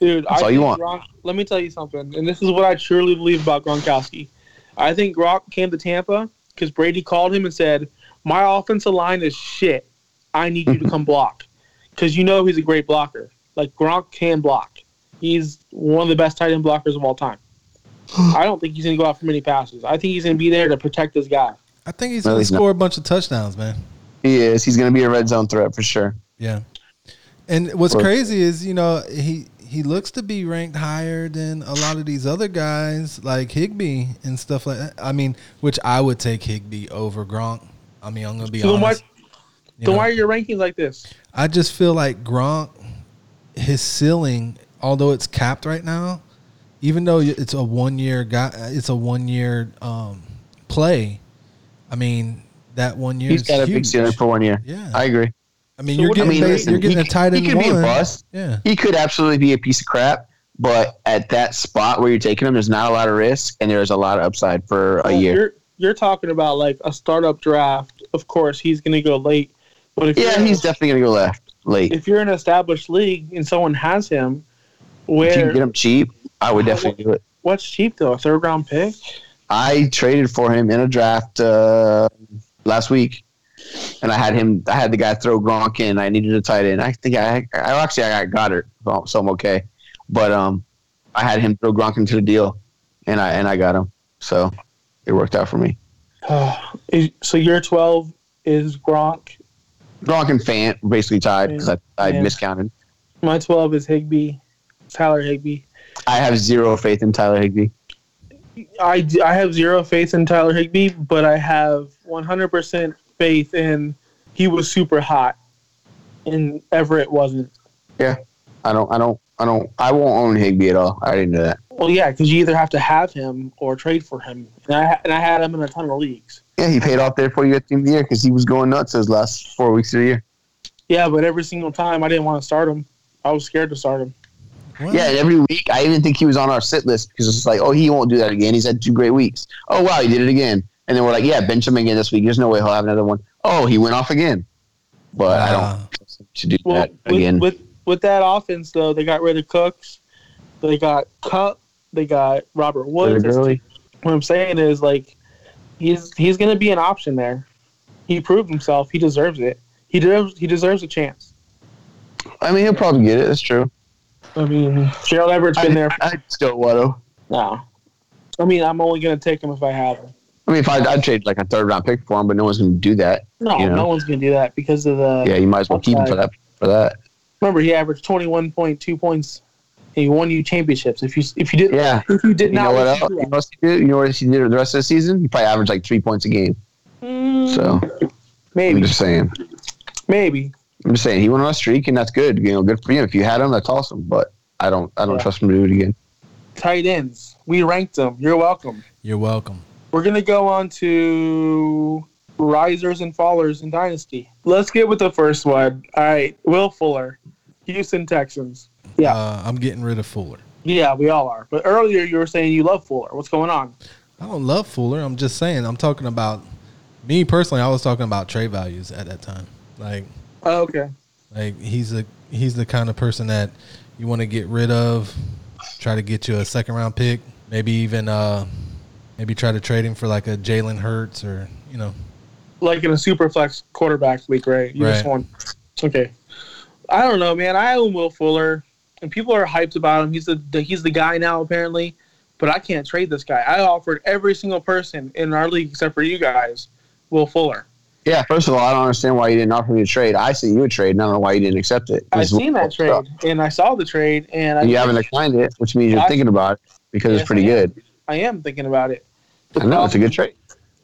Speaker 4: Dude,
Speaker 5: That's
Speaker 4: I
Speaker 5: all you
Speaker 4: think Gronk,
Speaker 5: want.
Speaker 4: let me tell you something, and this is what I truly believe about Gronkowski. I think Gronk came to Tampa because Brady called him and said, "My offensive line is shit. I need you to come block," because you know he's a great blocker. Like Gronk can block. He's one of the best tight end blockers of all time. I don't think he's going to go out for many passes. I think he's going to be there to protect this guy.
Speaker 6: I think he's
Speaker 5: No,
Speaker 6: gonna
Speaker 5: he's not.
Speaker 6: score a bunch of touchdowns, man.
Speaker 5: He is. He's going to be a red zone threat for sure.
Speaker 6: Yeah. And what's
Speaker 5: Or-
Speaker 6: crazy is, you know, he he looks to be ranked higher than a lot of these other guys like Higby and stuff like that. I mean, which I would take Higby over Gronk. I mean, I'm gonna be
Speaker 4: So then why-
Speaker 6: honest. You
Speaker 4: So
Speaker 6: know,
Speaker 4: why are your rankings like this?
Speaker 6: I just feel like Gronk, his ceiling, although it's capped right now, even though it's a one year guy, uh, it's a one year um, play. I mean, that one year
Speaker 5: He's
Speaker 6: is
Speaker 5: got a big
Speaker 6: huge.
Speaker 5: ceiling for one year.
Speaker 6: Yeah.
Speaker 5: I agree.
Speaker 6: I mean,
Speaker 4: So
Speaker 6: you're
Speaker 4: what- I
Speaker 6: getting
Speaker 5: mean,
Speaker 6: ba-
Speaker 5: listen,
Speaker 6: you're getting
Speaker 5: he-
Speaker 6: a tight
Speaker 5: he
Speaker 6: end
Speaker 5: could
Speaker 6: one.
Speaker 5: be a bust.
Speaker 6: Yeah,
Speaker 5: He could absolutely be a piece of crap, but at that spot where you're taking him, there's not a lot of risk, and there's a lot of upside for a
Speaker 4: Well,
Speaker 5: year.
Speaker 4: You're you're talking about like a startup draft. Of course, he's going to go late. But if
Speaker 5: Yeah,
Speaker 4: you're,
Speaker 5: he's definitely going to go left late.
Speaker 4: if you're in an established league and someone has him,
Speaker 5: If you can
Speaker 4: where
Speaker 5: get him cheap, I would definitely do it.
Speaker 4: what's cheap though? A third round pick?
Speaker 5: I traded for him in a draft uh, last week, and I had him. I had the guy throw Gronk in. I needed a tight end. I think I, I actually I got Goddard, so so I'm okay. But um, I had him throw Gronk into the deal, and I and I got him. So it worked out for me.
Speaker 4: Uh, Is- so your twelve is Gronk.
Speaker 5: Gronk and Fant were basically tied because I, I
Speaker 4: Yeah.
Speaker 5: miscounted.
Speaker 4: My twelve is Higby, Tyler Higby.
Speaker 5: I have zero faith in Tyler Higby.
Speaker 4: I, d- I have zero faith in Tyler Higby, but I have 100% faith in he was super hot, and Everett wasn't.
Speaker 5: I don't. I don't. I don't. I won't own Higby at all. I already knew that.
Speaker 4: Well, yeah, because you either have to have him or trade for him, and I ha- and I had him in a ton of leagues.
Speaker 5: Yeah, he paid off there for you at the end of the year because he was going nuts his last four weeks of the year.
Speaker 4: Yeah, but every single time I didn't want to start him. I was scared to start him.
Speaker 6: Well,
Speaker 5: Yeah, and every week I even think he was on our sit list because it's like, oh, he won't do that again. He's had two great weeks. Oh wow, he did it again. And then we're like, yeah, bench him again this week. There's no way he'll have another one. Oh, he went off again. But I
Speaker 6: Wow.
Speaker 5: don't trust him to do
Speaker 4: Well,
Speaker 5: that
Speaker 4: with,
Speaker 5: again.
Speaker 4: with with that offense though, they got rid of Cooks, they got Cup, they got Robert Woods.
Speaker 5: Really?
Speaker 4: What I'm saying is like, he's he's going to be an option there. He proved himself. He deserves it. He deserves he deserves a chance.
Speaker 5: I mean, he'll probably get it. That's true.
Speaker 4: I mean, Gerald Everett's been
Speaker 5: I,
Speaker 4: there.
Speaker 5: I'd still Watto.
Speaker 4: No, I mean I'm only going to take him if I have him.
Speaker 5: I mean, if I'd, I'd trade like a third round pick for him, but no one's going to do that.
Speaker 4: No,
Speaker 5: You know.
Speaker 4: no one's going to do that because of the.
Speaker 5: Yeah, you might as well keep him for that. For that.
Speaker 4: Remember, he averaged 21.2 points. He won you championships. If you if you did
Speaker 5: Yeah.
Speaker 4: if you did
Speaker 5: You know
Speaker 4: not let
Speaker 5: what
Speaker 4: you
Speaker 5: else? You
Speaker 4: do that.
Speaker 5: know what else he did? You know what he did the rest of the season? He probably averaged like three points a game. So I'm
Speaker 4: maybe
Speaker 5: just saying.
Speaker 4: maybe
Speaker 5: I'm just saying he went on a streak, and that's good. You know, good for him. If you had him, that's awesome. But I don't, I don't
Speaker 4: Yeah.
Speaker 5: trust him to do it again.
Speaker 4: tight ends. We ranked them. You're welcome.
Speaker 6: you're welcome.
Speaker 4: We're gonna go on to risers and fallers in Dynasty. Let's get with the first one. All right, Will Fuller, Houston Texans. Yeah.
Speaker 6: Uh, I'm getting rid of Fuller.
Speaker 4: Yeah, we all are. But earlier you were saying you love Fuller. What's going on?
Speaker 6: I don't love Fuller. I'm just saying. I'm talking about me personally. I was talking about trade values at that time. Like,
Speaker 4: Oh, okay.
Speaker 6: like he's a he's the kind of person that you want to get rid of. Try to get you a second round pick. Maybe even uh, maybe try to trade him for like a Jalen Hurts or you know.
Speaker 4: Like in a super flex quarterback league, right? You just
Speaker 6: Right.
Speaker 4: want. Okay. I don't know, man. I own Will Fuller, and people are hyped about him. He's the, the he's the guy now apparently, but I can't trade this guy. I offered every single person in our league except for you guys, Will Fuller.
Speaker 5: Yeah, first of all, I don't understand why you didn't offer me a trade. I said you would trade, and I don't know why you didn't accept it.
Speaker 4: I've
Speaker 5: It's-
Speaker 4: seen that trade and I saw the trade and I,
Speaker 5: You haven't declined it, which means you're
Speaker 4: I-
Speaker 5: thinking about it because
Speaker 4: Yes,
Speaker 5: it's pretty
Speaker 4: I am.
Speaker 5: good.
Speaker 4: I am thinking about it.
Speaker 5: I know it's a good trade.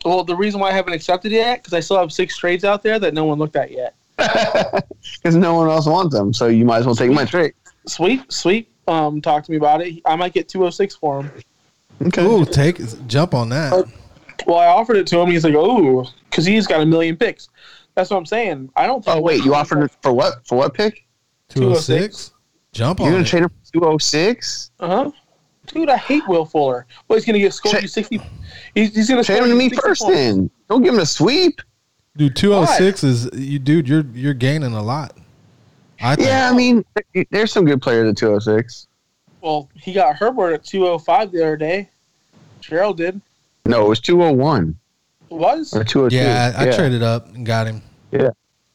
Speaker 4: Well, the reason why I haven't accepted it yet because I still have six trades out there that no one looked at yet.
Speaker 5: Because no one else wants them, so you might as well take my trade.
Speaker 4: Sweet, sweet. Um, talk to me about it. I might get two oh six for him.
Speaker 5: Okay.
Speaker 6: Ooh, take jump on that.
Speaker 4: Well, I offered it to him. He's like, oh, because he's got a million picks. That's what I'm saying. I don't. Think
Speaker 5: Oh wait, you offered it for what? For what pick?
Speaker 6: Two oh six. Jump
Speaker 5: You're
Speaker 6: on
Speaker 5: gonna
Speaker 6: it.
Speaker 5: trade him for two oh six?
Speaker 4: Uh huh. Dude, I hate Will Fuller. Well, he's gonna get scored
Speaker 5: Trade-
Speaker 4: you sixty. He's, he's gonna
Speaker 5: Trade
Speaker 4: score
Speaker 5: him to
Speaker 4: you
Speaker 5: me
Speaker 4: 60
Speaker 5: first,
Speaker 4: points.
Speaker 5: then. Don't give him a sweep.
Speaker 6: Dude, two oh six is you, dude. You're you're gaining a lot. I think.
Speaker 5: Yeah, I mean, th- there's some good players at two oh six.
Speaker 4: Well, he got Herbert at two oh five the other day. Gerald did.
Speaker 5: No, it was two oh one
Speaker 4: Was
Speaker 5: or two oh two.
Speaker 6: Yeah, I, I traded up and got him.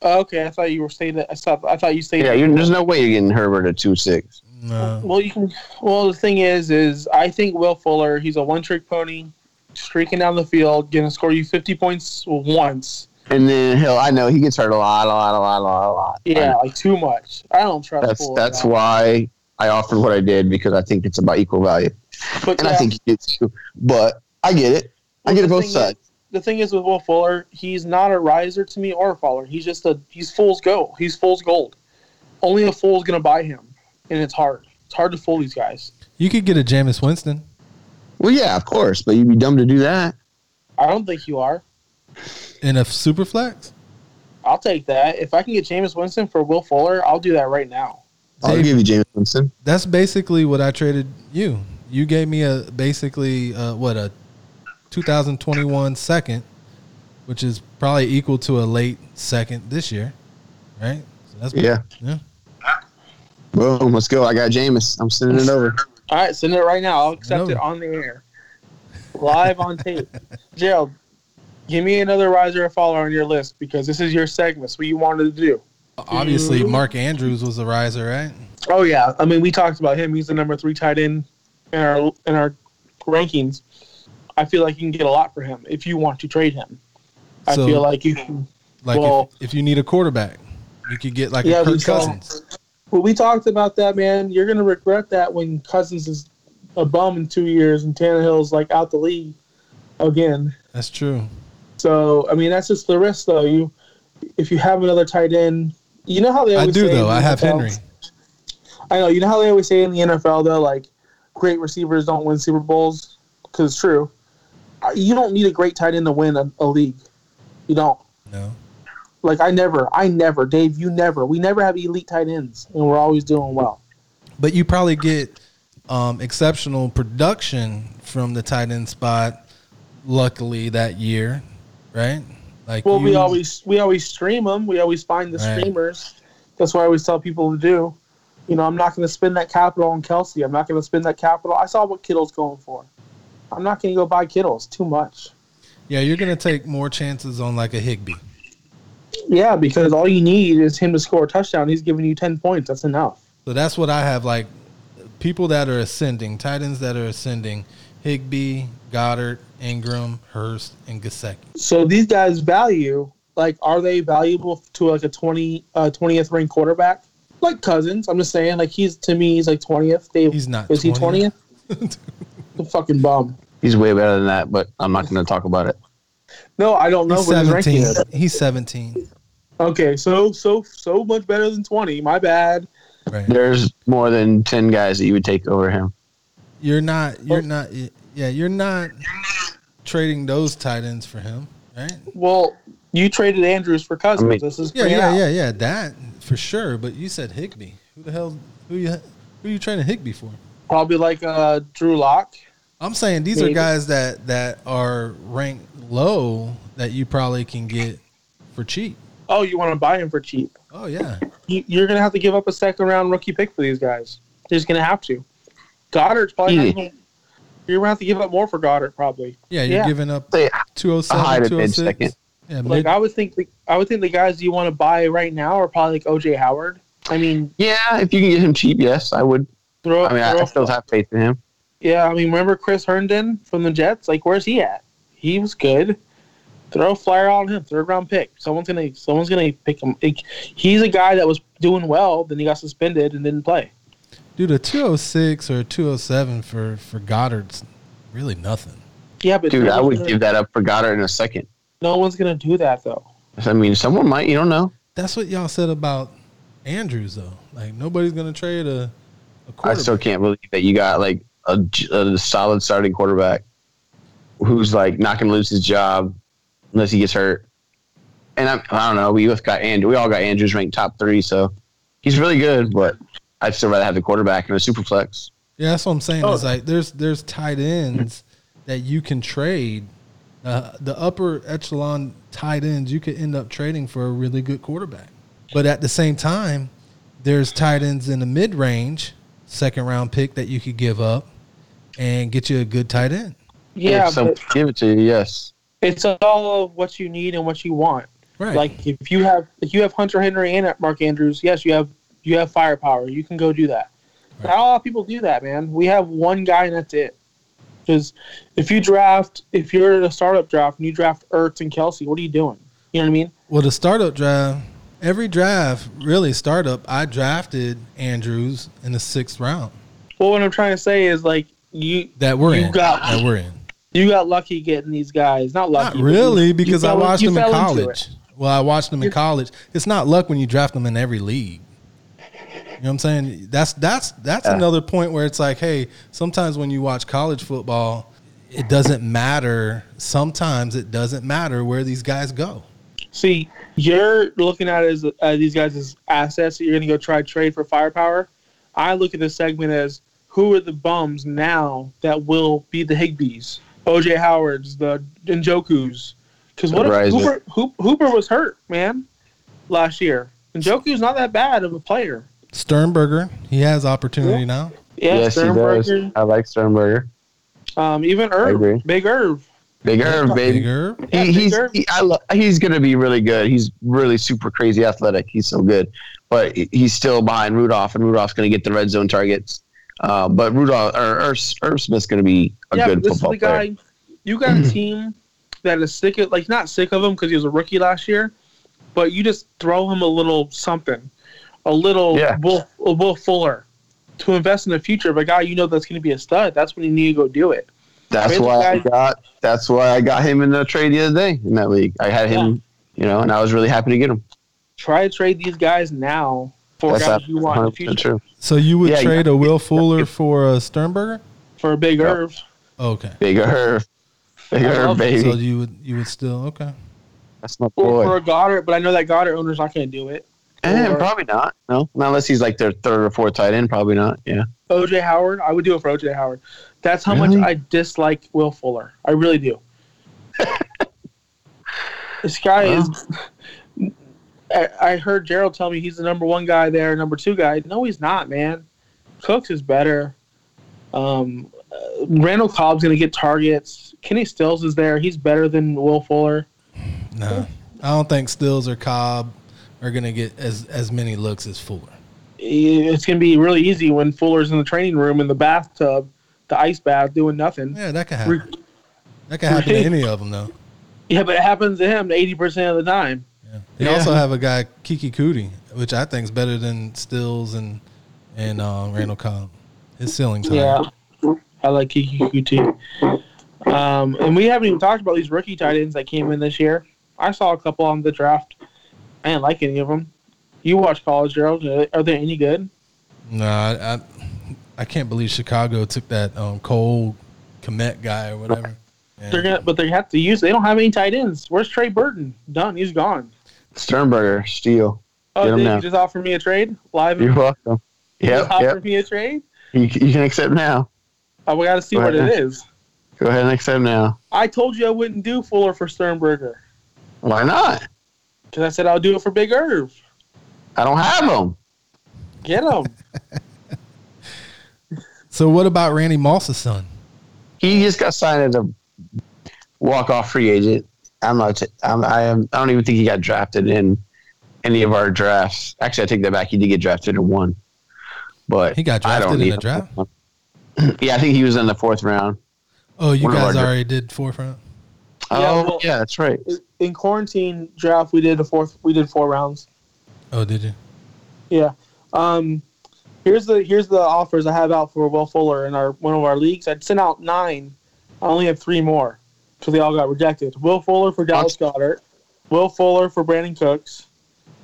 Speaker 4: Oh, okay. I thought you were saying that. I thought. I thought you said.
Speaker 5: Yeah, you there's no way you're getting Herbert at two oh six.
Speaker 6: No,
Speaker 4: Well, you can. Well, the thing is, is I think Will Fuller. He's a one-trick pony, streaking down the field, gonna score you fifty points once.
Speaker 5: And then he'll I know he gets hurt a lot, a lot, a lot, a lot, a lot.
Speaker 4: Yeah, like too much. I don't trust.
Speaker 5: That's
Speaker 4: Fuller
Speaker 5: that's
Speaker 4: at all.
Speaker 5: why I offered what I did because I think it's about equal value,
Speaker 4: But
Speaker 5: and I
Speaker 4: yeah,
Speaker 5: think he did too. But I get it. I
Speaker 4: well,
Speaker 5: get
Speaker 4: the
Speaker 5: it both
Speaker 4: thing
Speaker 5: sides.
Speaker 4: is- the thing is with Will Fuller, he's not a riser to me or a faller. He's just a he's fool's go. He's fool's gold. Only a fool's gonna buy him, and it's hard. It's hard to fool these guys.
Speaker 6: you could get a Jameis Winston.
Speaker 5: Well, yeah, of course, but you'd be dumb to do that.
Speaker 4: I don't think you are.
Speaker 6: in a f- super flex.
Speaker 4: I'll take that. If I can get Jameis Winston for Will Fuller, I'll do that right now.
Speaker 5: I'll
Speaker 6: Dave-
Speaker 5: give you James Winston.
Speaker 6: That's basically what I traded you. You gave me a basically uh, what a 2021 second, which is probably equal to a late second this year, right? So that's
Speaker 5: Yeah.
Speaker 6: yeah.
Speaker 5: Boom, let's go. I got Jameis. I'm sending it over.
Speaker 4: All right, send it right now. I'll accept
Speaker 6: No.
Speaker 4: it on the air, live on tape. Gerald, give me another riser or faller on your list because this is your segment. It's what you wanted to do.
Speaker 6: Obviously, Mark Andrews was a riser, right?
Speaker 4: Oh yeah, I mean we talked about him. He's the number three tight end in our in our rankings. I feel like you can get a lot for him if you want to trade him. I
Speaker 6: So-
Speaker 4: feel like you. Can,
Speaker 6: Like
Speaker 4: Well-
Speaker 6: if, if you need a quarterback, you could get like
Speaker 4: Yeah,
Speaker 6: a
Speaker 4: we
Speaker 6: Kirk
Speaker 4: saw-
Speaker 6: Cousins.
Speaker 4: well, we talked about that, man. You're gonna regret that when Cousins is a bum in two years and Tannehill's like out the league again.
Speaker 6: That's true.
Speaker 4: So I mean that's just the risk, though. You if you have another tight end, you know how they.
Speaker 6: I
Speaker 4: Always
Speaker 6: do
Speaker 4: say in
Speaker 6: though.
Speaker 4: the
Speaker 6: I have
Speaker 4: NFL
Speaker 6: Henry.
Speaker 4: I know. You know how they always say in the NFL though, like great receivers don't win Super Bowls because it's true. Uh, You don't need a great tight end to win a, a league. You don't.
Speaker 6: No,
Speaker 4: Like I never, I never, Dave, you never. We never have elite tight ends, and we're always doing well.
Speaker 6: but you probably get um, exceptional production from the tight end spot. Luckily, that year, right? Like
Speaker 4: Well, we
Speaker 6: you-
Speaker 4: always we always stream them. We always find the
Speaker 6: Right.
Speaker 4: streamers. That's what I always tell people to do. You know, I'm not going to spend that capital on Kelsey. I'm not going to spend that capital. I saw what Kittle's going for. I'm not going to go buy Kittle's too much.
Speaker 6: Yeah, you're gonna take more chances on like a Higby.
Speaker 4: Yeah, because all you need is him to score a touchdown. He's giving you ten points. That's enough.
Speaker 6: So that's what I have. Like people that are ascending, tight ends that are ascending: Higby, Goddard, Ingram, Hurst, and Gasecki.
Speaker 4: So these guys value like are they valuable to like a 20 uh, 20th ranked quarterback? Like Cousins, I'm just saying like he's to me he's like 20th. Dave,
Speaker 6: He's not
Speaker 4: Is he 20th? the fucking bum.
Speaker 5: He's way better than that, but I'm not going to talk about it.
Speaker 4: No, I don't know
Speaker 6: He's
Speaker 4: what his ranking
Speaker 6: seventeen.
Speaker 4: is.
Speaker 6: He's seventeen.
Speaker 4: Okay, so so so much better than 20. My bad.
Speaker 6: Right.
Speaker 5: There's more than 10 guys that you would take over him.
Speaker 6: You're not.
Speaker 4: Oh.
Speaker 6: You're not. Yeah, you're not trading those tight ends for him, right?
Speaker 4: Well, you traded Andrews for Cousins.
Speaker 5: I mean-
Speaker 4: this is
Speaker 6: Yeah,
Speaker 4: pretty
Speaker 6: yeah,
Speaker 4: out.
Speaker 6: yeah, yeah. That for sure. But you said Higby. Who the hell? Who you? Who you training Higby for?
Speaker 4: Probably like uh, Drew Lock.
Speaker 6: I'm saying these are
Speaker 4: Maybe.
Speaker 6: guys that that are ranked low that you probably can get for cheap.
Speaker 4: Oh, you want to buy him for cheap?
Speaker 6: Oh yeah,
Speaker 4: you, you're going to have to give up a second round rookie pick for these guys. You're just going to have to. Goddard's probably not
Speaker 5: Yeah.
Speaker 4: gonna, you're going to have to give up more for Goddard probably.
Speaker 6: yeah. You're
Speaker 4: Yeah.
Speaker 6: giving up
Speaker 5: Say, a high
Speaker 6: 207,
Speaker 5: to mid second.
Speaker 6: 206. Yeah,
Speaker 4: Like
Speaker 6: mid,
Speaker 4: I would think the, I would think the guys you want to buy right now are probably like OJ Howard. I mean,
Speaker 5: Yeah, if you can get him cheap, yes, I would.
Speaker 4: throw
Speaker 5: I mean, I, I
Speaker 4: throw-
Speaker 5: still have faith in him.
Speaker 4: Yeah, I mean, remember Chris Herndon from the Jets? Like, where's he at? He was good. Throw a flyer on him, third round pick. Someone's gonna, someone's gonna pick him. Like, he's a guy that was doing well, then he got suspended and didn't play.
Speaker 6: Dude, a 206 or a 207 for, for Goddard's really nothing.
Speaker 4: Yeah, but
Speaker 5: Dude,
Speaker 4: no
Speaker 5: I
Speaker 4: one's
Speaker 5: would
Speaker 4: gonna-
Speaker 5: give that up for Goddard in a second.
Speaker 4: No one's gonna do that though.
Speaker 5: I mean, someone might. You don't know.
Speaker 6: That's what y'all said about Andrews, though. Like, nobody's going to trade a, a
Speaker 5: I
Speaker 6: quarterback.
Speaker 5: still can't believe that you got like a, j- a solid starting quarterback who's like not going to lose his job unless he gets hurt. And I, I don't know. We both got Andrew. We all got Andrews ranked top three, so he's really good. But I'd still rather have the quarterback in a super flex.
Speaker 6: Yeah, that's what I'm saying.
Speaker 4: Oh.
Speaker 6: It's like there's there's tight ends that you can trade. Uh, the upper echelon tight ends you could end up trading for a really good quarterback. But at the same time, there's tight ends in the mid range, second round pick that you could give up and get you a good tight end.
Speaker 4: Yeah,
Speaker 5: If someone
Speaker 4: but
Speaker 5: give it to you. Yes,
Speaker 4: it's all of what you need and what you want.
Speaker 6: Right.
Speaker 4: Like if you have if you have Hunter Henry and Mark Andrews, yes, you have you have firepower. You can go do that. Not a lot of people do that, man. We have one guy and that's it. Because if you draft, if you're in a startup draft and you draft Ertz and Kelsey, what are you doing? You know what I mean?
Speaker 6: Well, the startup draft, every draft, really startup, I drafted Andrews in the sixth round
Speaker 4: Well, what I'm trying to say is like you
Speaker 6: that we're
Speaker 4: You
Speaker 6: in.
Speaker 4: got-
Speaker 6: that we're in.
Speaker 4: you got lucky getting these guys. Not
Speaker 6: Not
Speaker 4: lucky. but you-
Speaker 6: really,
Speaker 4: you
Speaker 6: because I
Speaker 4: fell-
Speaker 6: watched
Speaker 4: you
Speaker 6: them in
Speaker 4: fell into
Speaker 6: college.
Speaker 4: it.
Speaker 6: Well, I watched them in
Speaker 4: You-
Speaker 6: college. It's not luck when you draft them in every league. You know what I'm saying? That's that's that's
Speaker 5: Yeah.
Speaker 6: another point where it's like, hey, sometimes when you watch college football, it doesn't matter. Sometimes it doesn't matter where these guys go.
Speaker 4: See, you're looking at it as uh, these guys as assets that you're going to go try to trade for firepower. I look at this segment as who are the bums now that will be the Higbees, OJ Howards, the Njoku's. Because what if
Speaker 5: Riser.
Speaker 4: Hooper, Hoop, Hooper was hurt, man, last year? Njoku's not that bad of a player.
Speaker 6: Sternberger, he has opportunity
Speaker 4: Yeah.
Speaker 6: now.
Speaker 4: Yeah,
Speaker 5: yes, he does.
Speaker 4: Sternberger,
Speaker 5: I like Sternberger.
Speaker 4: um, even
Speaker 5: agree.
Speaker 4: Irv, Big Irv.
Speaker 5: Big Irv, baby.
Speaker 6: Bigger.
Speaker 4: Yeah,
Speaker 5: he,
Speaker 4: Big
Speaker 5: he's
Speaker 4: Irv.
Speaker 5: he, I lo- he's going to be really good. He's really super crazy athletic. He's so good, but he- he's still behind Rudolph, and Rudolph's going to get the red zone targets. Uh, but Rudolph or Irv, Irv Smith's going to be a
Speaker 4: yeah,
Speaker 5: good
Speaker 4: but this is
Speaker 5: football
Speaker 4: the guy.
Speaker 5: player. Mm-hmm.
Speaker 4: You got a team that is sick of, like, not sick of him because he was a rookie last year, but you just throw him a little something, a little
Speaker 5: Yeah.
Speaker 4: Will, a Will Fuller to invest in the future of a guy you know that's going to be a stud. That's when you need to go do it.
Speaker 5: That's
Speaker 4: He's the
Speaker 5: why I
Speaker 4: guy-
Speaker 5: got. That's why I got him in the trade the other day in that league. I had him, you know, and I was really happy to get him.
Speaker 4: Try to trade these guys now for
Speaker 5: That's
Speaker 4: guys you want in the
Speaker 5: 100
Speaker 4: future
Speaker 5: true.
Speaker 6: So you would
Speaker 5: Yeah, you-
Speaker 6: trade a Will Fuller for a Sternberger?
Speaker 4: for a big
Speaker 5: Yeah.
Speaker 4: Irv.
Speaker 6: Okay.
Speaker 5: Big Irv, Big
Speaker 4: I
Speaker 5: Irv,
Speaker 4: love it.
Speaker 5: baby.
Speaker 6: So you would you would still okay.
Speaker 5: that's my
Speaker 4: Or for
Speaker 5: boy.
Speaker 4: a Goddard, but I know that Goddard owner's not going to do it.
Speaker 5: And
Speaker 4: or-
Speaker 5: probably not. No, not unless he's like their third or fourth tight end. Probably not. Yeah.
Speaker 4: OJ Howard, I would do it for OJ Howard. That's how
Speaker 5: Really?
Speaker 4: much I dislike Will Fuller. I really do. this guy is. I, I heard Gerald tell me he's the number one guy there, number two guy. No, he's not, man. Cooks is better. Um, uh, Randall Cobb's going to get targets. Kenny Stills is there. He's better than Will Fuller.
Speaker 6: No. I don't think Stills or Cobb are gonna get as as many looks as Fuller.
Speaker 4: It's going to be really easy when Fuller's in the training room in the bathtub, the ice bath, doing nothing.
Speaker 6: Yeah, that could
Speaker 4: Re-
Speaker 6: happen. That could happen to any of them, though.
Speaker 4: Yeah, but it happens to him 80% of the time.
Speaker 6: Yeah. They
Speaker 5: Yeah.
Speaker 6: also have a guy Kiki Cootie, which I think is better than Stills and and uh, Randall Cobb. His ceiling's high.
Speaker 4: Yeah, I like Kiki Kuti. Um, and we haven't even talked about these rookie tight ends that came in this year. I saw a couple on the draft. I didn't like any of them. You watch college, Gerald. Are they- Are they any good?
Speaker 6: No, I, I I can't believe Chicago took that um, Cole Komet guy or whatever. Yeah.
Speaker 4: They're gonna, but they have to use. They don't have any tight ends. Where's Trey Burton? Done. He's gone.
Speaker 5: Sternberger, steal. Get
Speaker 4: Oh,
Speaker 5: him
Speaker 4: did
Speaker 5: now.
Speaker 4: you just offer me a trade live?
Speaker 5: You're welcome.
Speaker 4: You
Speaker 5: Yep,
Speaker 4: just offered
Speaker 5: yep.
Speaker 4: me a trade.
Speaker 5: You, you can accept now.
Speaker 4: Oh, we got to see
Speaker 5: Right
Speaker 4: what it
Speaker 5: now.
Speaker 4: is.
Speaker 5: Go ahead and accept now.
Speaker 4: I told you I wouldn't do Fuller for Sternberger
Speaker 5: Why not?
Speaker 4: because I said I'll do it for Big Irv.
Speaker 5: I don't have them.
Speaker 4: Get him.
Speaker 6: So what about Randy Moss's son?
Speaker 5: He just got signed as a walk-off free agent. I'm not. T- I'm, I am. I don't even think he got drafted in any of our drafts. Actually, I take that back. He did get drafted in one, but
Speaker 6: He got
Speaker 5: I don't
Speaker 6: drafted in
Speaker 5: need
Speaker 6: a
Speaker 5: him.
Speaker 6: draft?
Speaker 5: yeah, I think he was in the fourth round.
Speaker 6: Oh, you
Speaker 5: One of our
Speaker 6: guys
Speaker 5: dra-
Speaker 6: already did fourth round.
Speaker 4: Yeah,
Speaker 5: oh,
Speaker 4: well-
Speaker 5: yeah, that's right.
Speaker 4: In quarantine draft, we did a fourth. We did four rounds.
Speaker 6: Oh, did you?
Speaker 4: Yeah. Um, here's the here's the offers I have out for Will Fuller in our one of our leagues. I'd sent out nine. I only have three more because they all got rejected. Will Fuller for Dallas Goddard. Will Fuller for Brandon Cooks,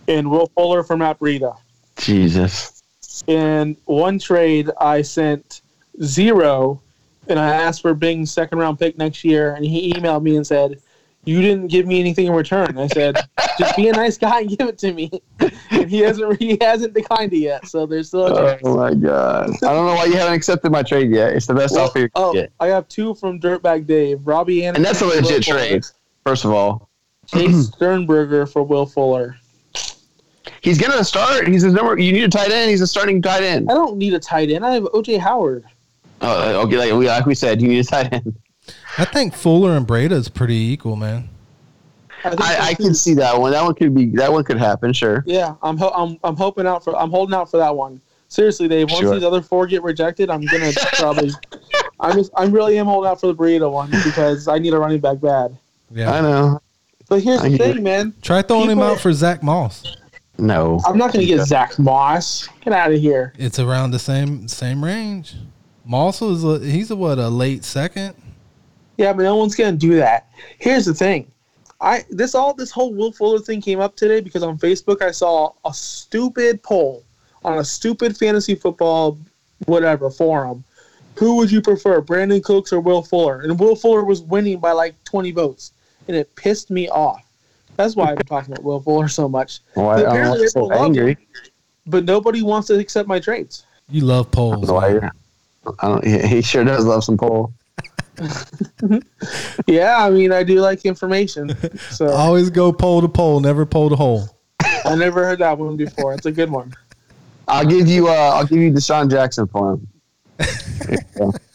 Speaker 4: and Will Fuller for Matt Breida.
Speaker 5: Jesus.
Speaker 4: In one trade, I sent zero, and I asked for Bing's second round pick next year, and he emailed me and said. You didn't give me anything in return. I said, just be a nice guy and give it to me. And he hasn't he hasn't declined it yet, so there's still a chance.
Speaker 5: Oh my god! I don't know why you haven't accepted my trade yet. It's the best
Speaker 4: Well,
Speaker 5: offer you can
Speaker 4: oh,
Speaker 5: get.
Speaker 4: I have two from Dirtbag Dave, Robbie Anderson,
Speaker 5: And that's a
Speaker 4: for Will
Speaker 5: legit
Speaker 4: Fuller,
Speaker 5: trade. First of all,
Speaker 4: Chase Sternberger for Will Fuller.
Speaker 5: he's gonna start. He's his number. You need a tight end. He's a starting tight end.
Speaker 4: I don't need a tight end. I have OJ Howard.
Speaker 5: Oh, okay. Like we like we said, you need a tight end.
Speaker 6: I think Fuller and Breda is pretty equal, man.
Speaker 4: think
Speaker 5: I, I
Speaker 4: that's
Speaker 5: can
Speaker 4: it.
Speaker 5: see that one. That one could be. That one could happen. Sure.
Speaker 4: Yeah, I'm ho- I'm I'm hoping out for I'm holding out for that one. Seriously, Dave. Once
Speaker 5: Sure.
Speaker 4: these other four get rejected, I'm gonna probably. I'm just I really am holding out for the burrito one because I need a running back bad.
Speaker 6: Yeah.
Speaker 5: I know.
Speaker 4: But here's
Speaker 5: I
Speaker 4: the
Speaker 5: get
Speaker 4: thing,
Speaker 5: it.
Speaker 4: man.
Speaker 6: Try throwing him
Speaker 4: People-
Speaker 6: out for Zach Moss.
Speaker 5: No.
Speaker 4: I'm not gonna get Zach Moss. Get out of here.
Speaker 6: It's around the same same range. Moss is a, he's a what a late second.
Speaker 4: Yeah, but no one's gonna do that. Here's the thing. I this all this whole Will Fuller thing came up today because on Facebook I saw a stupid poll on a stupid fantasy football whatever forum. Who would you prefer, Brandon Cooks or Will Fuller? And Will Fuller was winning by like 20 votes, and it pissed me off. That's why I've been talking about Will Fuller so much.
Speaker 5: Why, I don't know why
Speaker 4: Apparently
Speaker 5: you're so
Speaker 4: people love
Speaker 5: angry.
Speaker 4: But nobody wants to accept my trades.
Speaker 6: You love polls.
Speaker 5: Why
Speaker 6: man.
Speaker 5: you're- I don't. He he sure does love some pole.
Speaker 4: Yeah, I mean I do like information, so
Speaker 6: Always go pole to pole, never pole to hole.
Speaker 4: I never heard that one before. It's a good one.
Speaker 5: I'll give you. Uh, I'll give you Deshaun Jackson for him.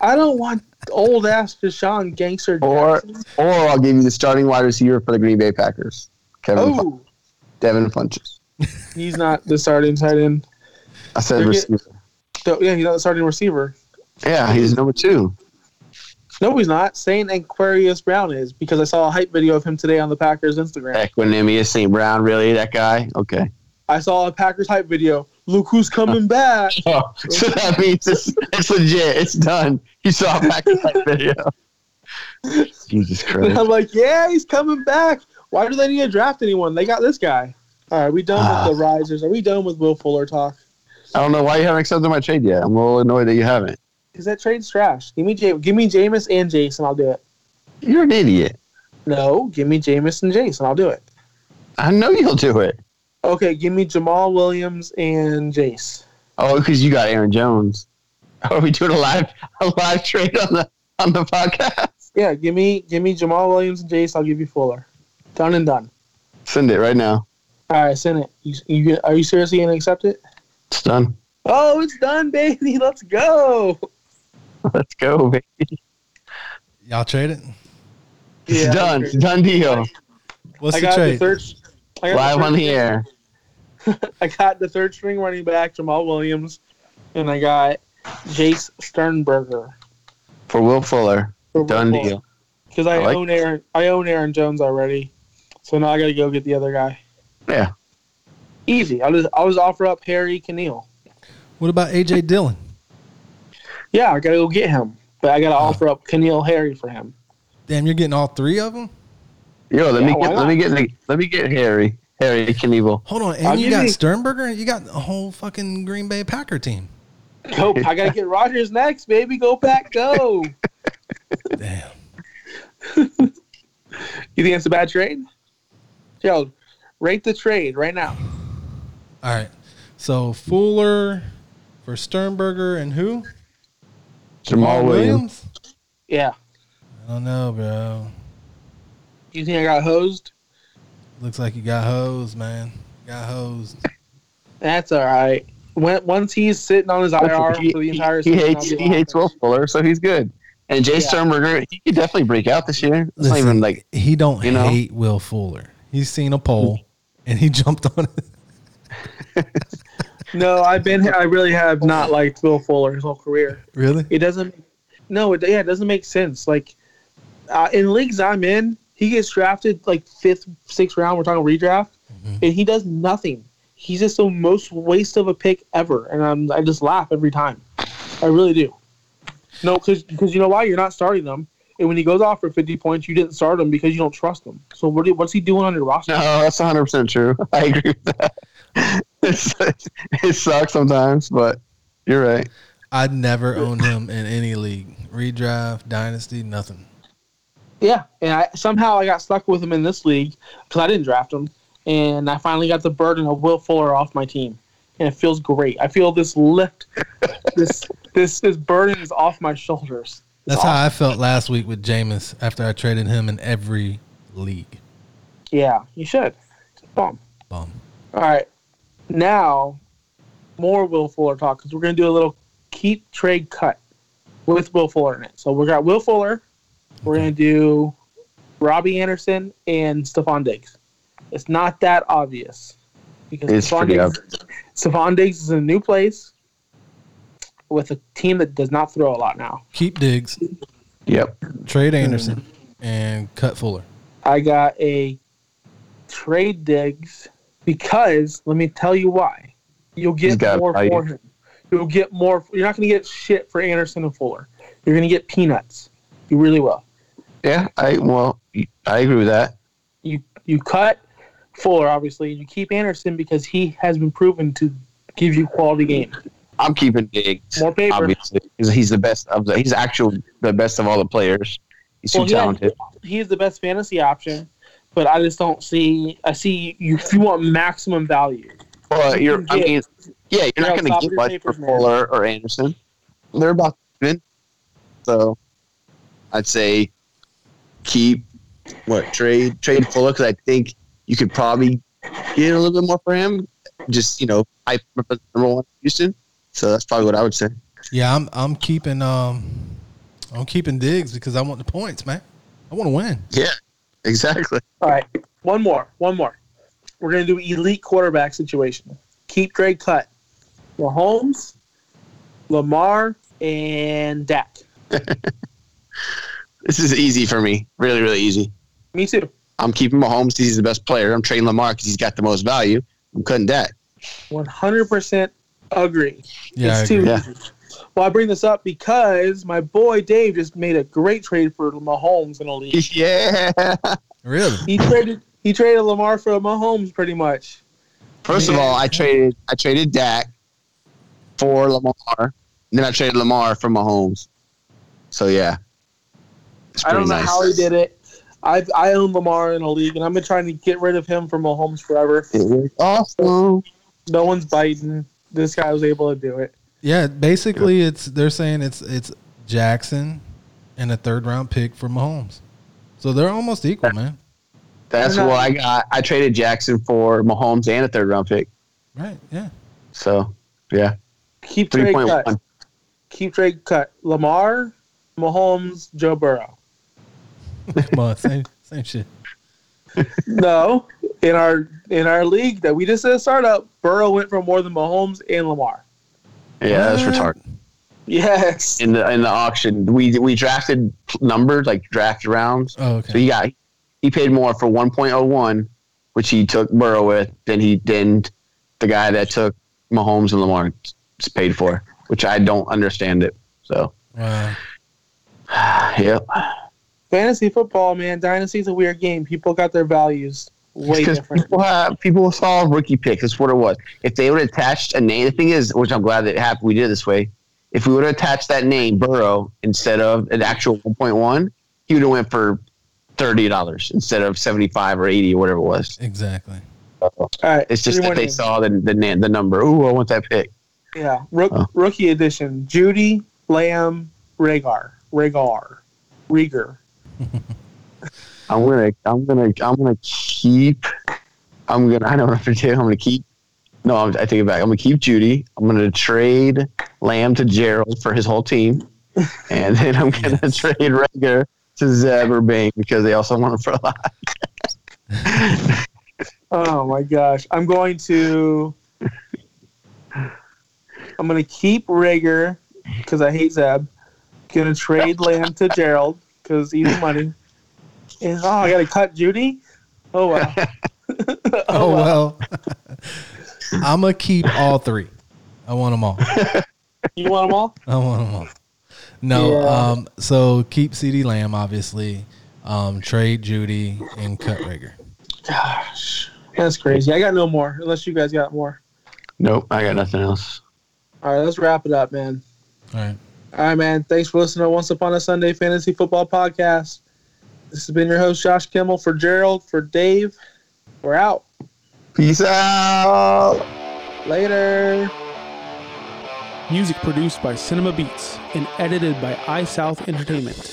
Speaker 4: I don't want old ass Deshaun Gangster
Speaker 5: Or
Speaker 4: Jackson.
Speaker 5: or I'll give you the starting wide receiver for the Green Bay Packers, Kevin Pun-
Speaker 4: Oh,
Speaker 5: Devin Funches.
Speaker 4: he's not the starting tight end.
Speaker 5: I said
Speaker 4: They're get-
Speaker 5: receiver.
Speaker 4: So, yeah, he's not the starting receiver.
Speaker 5: yeah, he's number two.
Speaker 4: No, he's not. Saint Aquarius Brown is because I saw a hype video of him today on the Packers Instagram.
Speaker 5: Equanimous St. Brown, really? That guy? Okay.
Speaker 4: I saw a Packers hype video. Look who's coming back.
Speaker 5: Oh, so that means it's, it's legit. It's done. You saw a Packers Life video. Jesus
Speaker 4: And
Speaker 5: Christ.
Speaker 4: I'm like, yeah, he's coming back. Why do they need to draft anyone? They got this guy. All right, we done
Speaker 5: Ah.
Speaker 4: with the risers. Are we done with Will Fuller talk?
Speaker 5: I don't know why you haven't accepted my trade yet. I'm a little annoyed that you haven't.
Speaker 4: Because that trade's trash. Give me J- give me Jameis and Jason. I'll do it.
Speaker 5: You're an idiot.
Speaker 4: No, give me Jameis and Jason. I'll do it.
Speaker 5: I know you'll do it.
Speaker 4: Okay, give me Jamal Williams and Jace.
Speaker 5: Oh, because you got Aaron Jones. Are we doing a live a live trade on the on the podcast?
Speaker 4: Yeah, give me give me Jamal Williams and Jace. I'll give you Fuller. Done and done.
Speaker 5: Send it right now.
Speaker 4: All right, send it. You, you, are you seriously gonna accept it?
Speaker 5: It's done.
Speaker 4: Oh, it's done, baby. Let's go.
Speaker 5: Let's go, baby.
Speaker 6: Y'all trade it.
Speaker 5: It's
Speaker 4: Yeah,
Speaker 5: done.
Speaker 4: I
Speaker 5: It's done deal.
Speaker 6: What's
Speaker 4: I
Speaker 6: the
Speaker 4: got the
Speaker 6: trade?
Speaker 4: third. I got
Speaker 5: Live
Speaker 4: the
Speaker 5: on
Speaker 4: third,
Speaker 5: the air.
Speaker 4: I got the third string running back Jamal Williams, and I got Jace Sternberger.
Speaker 5: For Will Fuller. Done deal.
Speaker 4: Because I,
Speaker 5: I like
Speaker 4: own Aaron. I own Aaron Jones already, so now I gotta go get the other guy.
Speaker 5: Yeah.
Speaker 4: Easy. I'll just I'll just offer up Harry Keneal.
Speaker 6: What about AJ Dillon?
Speaker 4: Yeah, I gotta go get him. But I gotta offer up Keneal Harry for him.
Speaker 6: Damn, you're getting all three of them.
Speaker 5: Yo, let
Speaker 4: Yeah,
Speaker 5: me
Speaker 4: why
Speaker 5: get let
Speaker 4: not?
Speaker 5: me get let me get Harry. Harry Knievel.
Speaker 6: Hold on, and
Speaker 4: I'll
Speaker 6: you
Speaker 4: give
Speaker 6: got
Speaker 4: you-
Speaker 6: Sternberger, and you got the whole fucking Green Bay Packer team.
Speaker 4: Go! I gotta get Rogers next, baby. Go back, go.
Speaker 6: Damn,
Speaker 4: You think it's a bad trade? Yo, rate the trade right now.
Speaker 6: All right. So Fuller for Sternberger and who?
Speaker 5: Jamal Williams.
Speaker 4: Yeah.
Speaker 6: I don't know, bro.
Speaker 4: You think I got hosed?
Speaker 6: Looks like you got hosed, man. Got hosed.
Speaker 4: That's all right. When, once he's sitting on his IR
Speaker 5: he,
Speaker 4: for the entire
Speaker 5: he, he
Speaker 4: season, I'll
Speaker 5: hates
Speaker 4: be
Speaker 5: he hates
Speaker 4: laughing.
Speaker 5: Will Fuller, so he's good. And Jay
Speaker 4: Yeah.
Speaker 5: Sternberger, he could definitely break out this year. It's not
Speaker 6: Listen,
Speaker 5: even like
Speaker 6: he don't
Speaker 5: you know?
Speaker 6: hate Will Fuller. He's seen a poll and he jumped on it.
Speaker 4: No, I've been. I really have not liked Will Fuller his whole career.
Speaker 6: Really?
Speaker 4: It doesn't. No, it, yeah, it doesn't make sense. Like uh, in leagues I'm in, he gets drafted like fifth, sixth round. We're talking redraft,
Speaker 6: Mhm.
Speaker 4: and he does nothing. He's just the most waste of a pick ever, and I'm, I just laugh every time. I really do. No, because you know why you're not starting them, and when he goes off for 50 points, you didn't start him because you don't trust him. So what do, what's he doing on your roster?
Speaker 5: No, that's 100 percent true. I agree with that. It's, it sucks sometimes, but you're right.
Speaker 6: I'd never own him in any league. Redraft, dynasty, nothing.
Speaker 4: Yeah, and I, somehow I got stuck with him in this league because I didn't draft him, and I finally got the burden of Will Fuller off my team, and it feels great. I feel this lift, this this this burden is off my shoulders. It's
Speaker 6: That's
Speaker 4: awesome.
Speaker 6: how I felt last week with Jameis after I traded him in every league.
Speaker 4: Yeah, you should. Bomb.
Speaker 6: Bum.
Speaker 4: All right, now more Will Fuller talk because we're gonna do a little keep trade cut with Will Fuller in it. So we got Will Fuller. We're gonna do Robbie Anderson and Stephon Diggs. It's not that obvious because
Speaker 5: It's
Speaker 4: Stephon
Speaker 5: pretty
Speaker 4: Diggs, Stephon Diggs is in a new place with a team that does not throw a lot now.
Speaker 6: Keep Diggs,
Speaker 5: Yep.
Speaker 6: trade Anderson, and cut Fuller.
Speaker 4: I got a trade digs because let me tell you why. You'll
Speaker 5: He's
Speaker 4: get
Speaker 5: got
Speaker 4: more
Speaker 5: value.
Speaker 4: for him. You'll get more. You're not going to get shit for Anderson and Fuller. You're going to get peanuts. You really will.
Speaker 5: Yeah. I well, I agree with that.
Speaker 4: You you cut Fuller obviously. You keep Anderson because he has been proven to give you quality game.
Speaker 5: I'm keeping Diggs.
Speaker 4: More paper.
Speaker 5: Obviously, 'cause he's the best of the. He's actual the best of all the players. He's too
Speaker 4: Well, yeah.
Speaker 5: talented.
Speaker 4: He is the best fantasy option, but I just don't see. I see you if you want maximum value.
Speaker 5: Well, you're. I
Speaker 4: Yeah.
Speaker 5: mean, yeah, you're,
Speaker 4: You're
Speaker 5: not
Speaker 4: on top
Speaker 5: going to
Speaker 4: of
Speaker 5: get
Speaker 4: your
Speaker 5: much for
Speaker 4: papers, man.
Speaker 5: Fuller or Anderson. They're about even. So, I'd say keep what trade trade Fuller because I think you could probably get a little bit more for him. Just you know, I remember the number one in Houston. So that's probably what I would say.
Speaker 6: Yeah, I'm I'm keeping um I'm keeping Diggs because I want the points, man. I want to win.
Speaker 5: Yeah, exactly.
Speaker 4: All right, one more, one more. We're gonna do elite quarterback situation. Keep trade cut. Mahomes, Lamar, and Dak.
Speaker 5: This is easy for me. Really, really easy.
Speaker 4: Me too.
Speaker 5: I'm keeping Mahomes 'cause he's the best player. I'm trading Lamar because he's got the most value. I'm cutting that.
Speaker 4: One hundred percent agree.
Speaker 6: Yeah,
Speaker 4: it's
Speaker 6: I
Speaker 4: too
Speaker 6: agree.
Speaker 5: Yeah.
Speaker 4: easy. Well, I bring this up because my boy Dave just made a great trade for Mahomes in a league.
Speaker 5: Yeah.
Speaker 6: really.
Speaker 4: He traded he traded Lamar for Mahomes pretty much.
Speaker 5: First of all, I traded I traded Dak for Lamar, and then I traded Lamar for Mahomes. So yeah, It's
Speaker 4: I don't
Speaker 5: pretty
Speaker 4: know
Speaker 5: nice.
Speaker 4: how he did it. I I own Lamar in a league, and I've been trying to get rid of him for Mahomes forever.
Speaker 5: It was awesome.
Speaker 4: No one's biting. This guy was able to do it.
Speaker 6: Yeah, basically it's they're saying it's it's Jackson and a third round pick for Mahomes. So they're almost equal, man.
Speaker 5: That's
Speaker 4: They're
Speaker 5: what
Speaker 4: not-
Speaker 5: I got. I traded Jackson for Mahomes and a third round pick.
Speaker 6: Right? Yeah.
Speaker 5: So yeah,
Speaker 4: Keep
Speaker 5: three
Speaker 4: trade
Speaker 5: point
Speaker 4: cut.
Speaker 5: one.
Speaker 4: Keep trade cut. Lamar, Mahomes, Joe Burrow.
Speaker 6: Come on, same same shit.
Speaker 4: No, in our in our league that we just did a startup, Burrow went for more than Mahomes and Lamar.
Speaker 5: Yeah, that's
Speaker 6: What?
Speaker 5: retarded.
Speaker 4: Yes.
Speaker 5: In the in the auction, we we drafted numbers like draft rounds.
Speaker 6: Oh,
Speaker 5: So
Speaker 6: okay.
Speaker 5: he got he paid more for 1.01, which he took Burrow with, than he than the guy that took Mahomes and Lamar s- paid for, which I don't understand it. So
Speaker 6: Wow.
Speaker 5: yeah,
Speaker 4: Fantasy football, man. Dynasty's a weird game. People got their values way
Speaker 5: because
Speaker 4: different.
Speaker 5: people have uh, people saw rookie picks. That's what it was. If they would have attached a name, the thing is, which I'm glad that it happened. We did it this way. If we would have attached that name Burrow instead of an actual 1.1, he would have went for thirty dollars instead of 75 or 80 or whatever it was.
Speaker 6: Exactly.
Speaker 4: All right.
Speaker 5: It's just
Speaker 4: three
Speaker 5: that
Speaker 4: more
Speaker 5: they
Speaker 4: names.
Speaker 5: saw the the, na- the number. Ooh, I want that pick.
Speaker 4: Yeah. Rook,
Speaker 5: Oh.
Speaker 4: Rookie edition. Judy, Lamb, Rhaegar. Rhaegar. Rieger.
Speaker 5: I'm gonna, I'm gonna, I'm gonna keep. I'm gonna. I don't know what to do. I'm gonna keep. No, I'm, I take it back. I'm gonna keep Judy. I'm gonna trade Lamb to Gerald for his whole team, and then I'm gonna
Speaker 6: Yes.
Speaker 5: trade Rager to Zeb or Bing because they also want him for a lot.
Speaker 4: Oh my gosh. I'm going to I'm gonna keep Rager because I hate Zeb. Gonna trade Lamb to Gerald because he's money. And oh, I gotta cut Judy. Oh wow. oh,
Speaker 6: Oh,
Speaker 4: wow.
Speaker 6: well. I'm going to keep all three. I want them all.
Speaker 4: You want them all?
Speaker 6: I want them all. No,
Speaker 4: Yeah.
Speaker 6: um, so keep CD Lamb, obviously. Um, trade Judy and cut Rager.
Speaker 4: Gosh, that's crazy. I got no more unless you guys got more.
Speaker 5: Nope, I got nothing else.
Speaker 4: All right, let's wrap it up, man.
Speaker 6: All right.
Speaker 4: All right, man. Thanks for listening to Once Upon a Sunday Fantasy Football Podcast. This has been your host, Josh Kimmel, for Gerald, for Dave. We're out.
Speaker 5: Peace out.
Speaker 4: Later.
Speaker 7: Music produced by Cinema Beats and edited by iSouth Entertainment.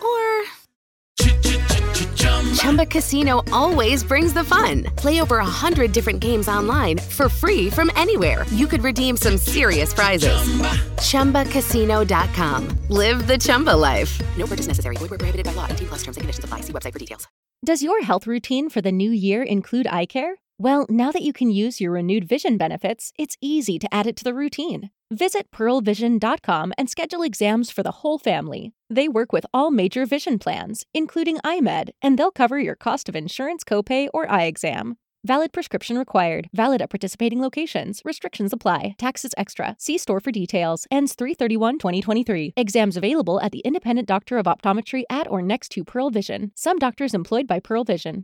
Speaker 3: or Chumba Casino always brings the fun. Play over a hundred different games online for free from anywhere. You could redeem some serious prizes. ChumbaCasino.com. Live the Chumba life. No purchase necessary. Void where prohibited by law. 18 plus terms and conditions apply. See website for details.
Speaker 8: Does your health routine for the new year include eye care? Well, now that you can use your renewed vision benefits, it's easy to add it to the routine. Visit pearlvision.com and schedule exams for the whole family. They work with all major vision plans, including iMed, and they'll cover your cost of insurance copay or eye exam. Valid prescription required. Valid at participating locations. Restrictions apply. Taxes extra. See store for details. Ends 331 2023. Exams available at the independent doctor of optometry at or next to Pearl Vision. Some doctors employed by Pearl Vision.